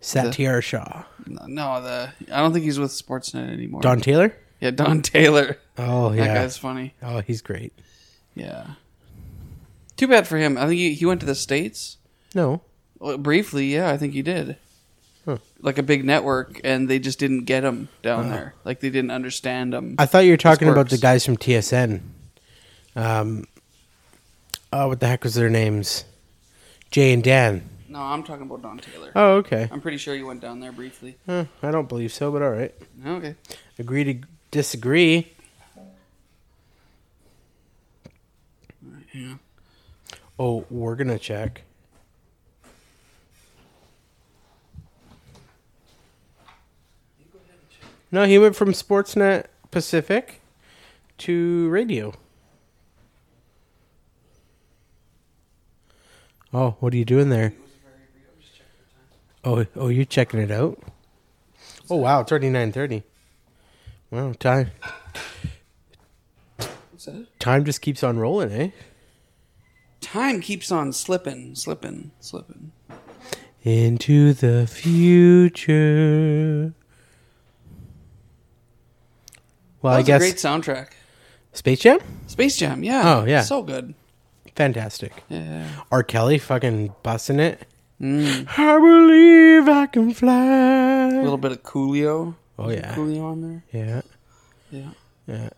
Speaker 1: Satyar Shah.
Speaker 2: No, the I don't think he's with Sportsnet anymore.
Speaker 1: Don Taylor?
Speaker 2: Yeah, Don Taylor.
Speaker 1: Oh,
Speaker 2: That
Speaker 1: yeah.
Speaker 2: guy's funny.
Speaker 1: Oh, he's great.
Speaker 2: Yeah. Too bad for him. I think he, he went to the states
Speaker 1: No.
Speaker 2: Well, briefly. Yeah, I think he did.
Speaker 1: Huh. Uh-huh.
Speaker 2: Like a big network, and they just didn't get him down there. Like they didn't understand him.
Speaker 1: I thought you were talking about
Speaker 2: quirks.
Speaker 1: the guys from TSN. Um, oh, what the heck was their names? Jay and Dan.
Speaker 2: no, I'm talking about Don Taylor.
Speaker 1: Oh, okay.
Speaker 2: I'm pretty sure he went down there briefly.
Speaker 1: Huh, I don't believe so, but all right.
Speaker 2: Okay.
Speaker 1: Agree to disagree. Oh, we're gonna check. No, he went from Sportsnet Pacific to radio. Oh, what are you doing there? Oh, oh, you're checking it out. Oh wow, it's already nine thirty. Wow, time
Speaker 2: What's that?
Speaker 1: time just keeps on rolling, eh?
Speaker 2: Time keeps on slipping, slipping, slipping.
Speaker 1: Into the future. Well,
Speaker 2: That
Speaker 1: I
Speaker 2: was
Speaker 1: guess
Speaker 2: a great soundtrack.
Speaker 1: Space Jam.
Speaker 2: Space Jam. Yeah.
Speaker 1: Oh, yeah.
Speaker 2: So good.
Speaker 1: Fantastic.
Speaker 2: Yeah. Mm,
Speaker 1: R. Kelly fucking busting it. I believe I can fly.
Speaker 2: A little bit of Coolio.
Speaker 1: Oh, yeah.
Speaker 2: Coolio on there.
Speaker 1: Yeah,
Speaker 2: Yeah.
Speaker 1: yeah.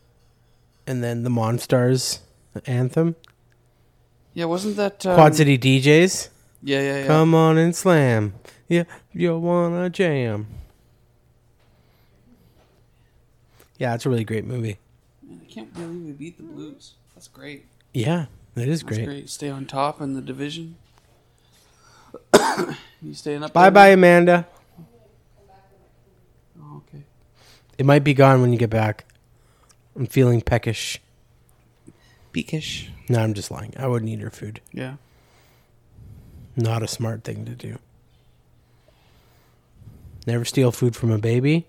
Speaker 1: And then the Monstars anthem.
Speaker 2: Yeah. Wasn't that um,
Speaker 1: Quad City DJs.
Speaker 2: Yeah, yeah, yeah.
Speaker 1: Come on and slam. Yeah, you wanna jam. Yeah, it's a really great movie.
Speaker 2: Man, I can't believe we beat the Blues. That's great.
Speaker 1: Yeah, it is
Speaker 2: That's
Speaker 1: great.
Speaker 2: great. Stay on top in the division. you staying up?
Speaker 1: Bye
Speaker 2: there?
Speaker 1: bye, Amanda.
Speaker 2: Oh, okay.
Speaker 1: It might be gone when you get back. I'm feeling peckish.
Speaker 2: Peakish.
Speaker 1: No, I'm just lying. I wouldn't eat her food.
Speaker 2: Yeah.
Speaker 1: Not a smart thing to do. Never steal food from a baby.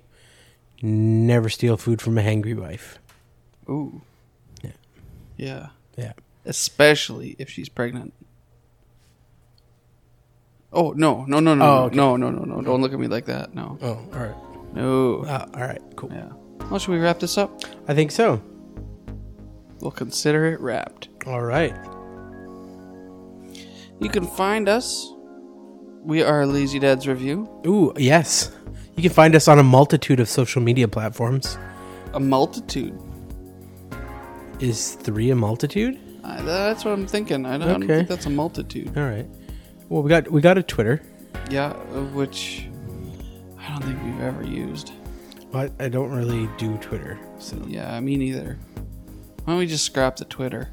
Speaker 1: Never steal food from a hangry wife.
Speaker 2: Ooh.
Speaker 1: Yeah.
Speaker 2: Yeah.
Speaker 1: Yeah.
Speaker 2: Especially if she's pregnant. Oh no no no no
Speaker 1: Oh,
Speaker 2: no,
Speaker 1: okay.
Speaker 2: no no no no! Don't look at me like that. No
Speaker 1: Oh, all right.
Speaker 2: no.
Speaker 1: Uh, all right, cool.
Speaker 2: Yeah. Well, should we wrap this up?
Speaker 1: I think so.
Speaker 2: We'll consider it wrapped.
Speaker 1: All right.
Speaker 2: You can find us. We are Lazy Dad's Review.
Speaker 1: Ooh, yes. You can find us on a multitude of social media platforms.
Speaker 2: A multitude.
Speaker 1: Is three a multitude?
Speaker 2: I, that's what I'm thinking. I don't, I don't
Speaker 1: Okay.
Speaker 2: think that's a multitude.
Speaker 1: All right. Well, we got we got a Twitter.
Speaker 2: Yeah, uh, which I don't think we've ever used.
Speaker 1: I, I don't really do Twitter, so
Speaker 2: Yeah, me neither. Why don't we just scrap the Twitter?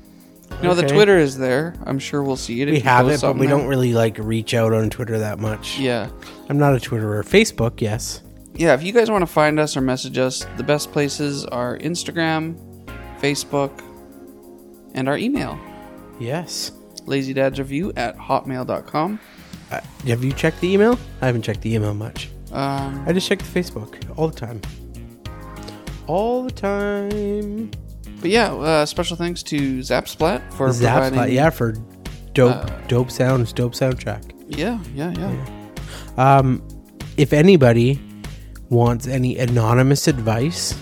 Speaker 2: No, the
Speaker 1: Okay.
Speaker 2: Twitter is there. I'm sure we'll see it. if
Speaker 1: we
Speaker 2: you
Speaker 1: have
Speaker 2: post
Speaker 1: it, but
Speaker 2: something
Speaker 1: we
Speaker 2: there.
Speaker 1: don't really like reach out on Twitter that much.
Speaker 2: Yeah,
Speaker 1: I'm not a Twitterer. Facebook, yes.
Speaker 2: yeah. If you guys want to find us or message us, the best places are Instagram, Facebook, and our email,
Speaker 1: Yes.
Speaker 2: lazydadsreview at hotmail.com.
Speaker 1: Uh, have you checked the email? I haven't checked the email much.
Speaker 2: Um,
Speaker 1: I just check the Facebook all the time. All the time.
Speaker 2: but yeah, uh, special thanks to Zapsplat for
Speaker 1: Zapsplat,
Speaker 2: providing.
Speaker 1: yeah, for dope,
Speaker 2: Uh,
Speaker 1: dope sounds, dope soundtrack.
Speaker 2: yeah, yeah, yeah.
Speaker 1: Um, if anybody wants any anonymous advice,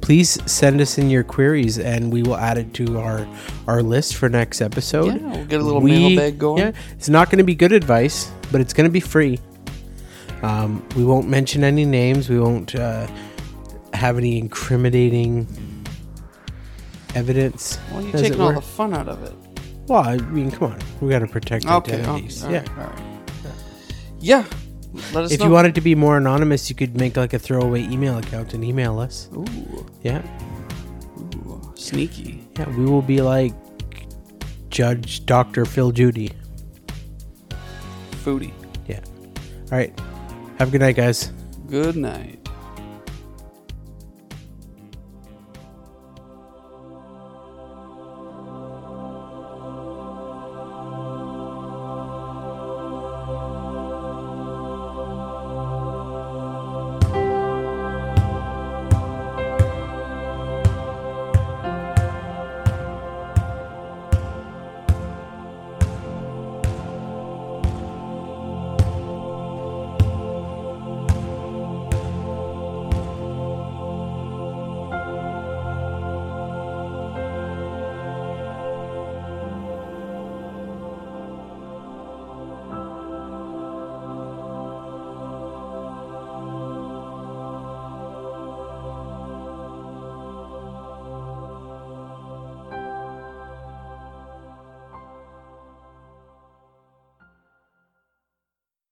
Speaker 1: please send us in your queries, and we will add it to our our list for next episode.
Speaker 2: Yeah, we'll get a little mailbag going.
Speaker 1: it's not going to be good advice, but it's going to be free. Um, we won't mention any names. We won't uh, have any incriminating evidence.
Speaker 2: Well, you're
Speaker 1: as it
Speaker 2: taking all
Speaker 1: were.
Speaker 2: the fun out of it.
Speaker 1: well, I mean, come on, we got to protect
Speaker 2: Okay. okay
Speaker 1: identities.
Speaker 2: all
Speaker 1: yeah.
Speaker 2: right, all right. Yeah. Let us
Speaker 1: If
Speaker 2: know.
Speaker 1: you wanted to be more anonymous, you could make like a throwaway email account and email us.
Speaker 2: Ooh,
Speaker 1: Yeah.
Speaker 2: ooh, sneaky.
Speaker 1: Yeah, we will be like Judge Dr. Phil Judy.
Speaker 2: Foodie.
Speaker 1: Yeah. All right. Have a good night, guys.
Speaker 2: Good night.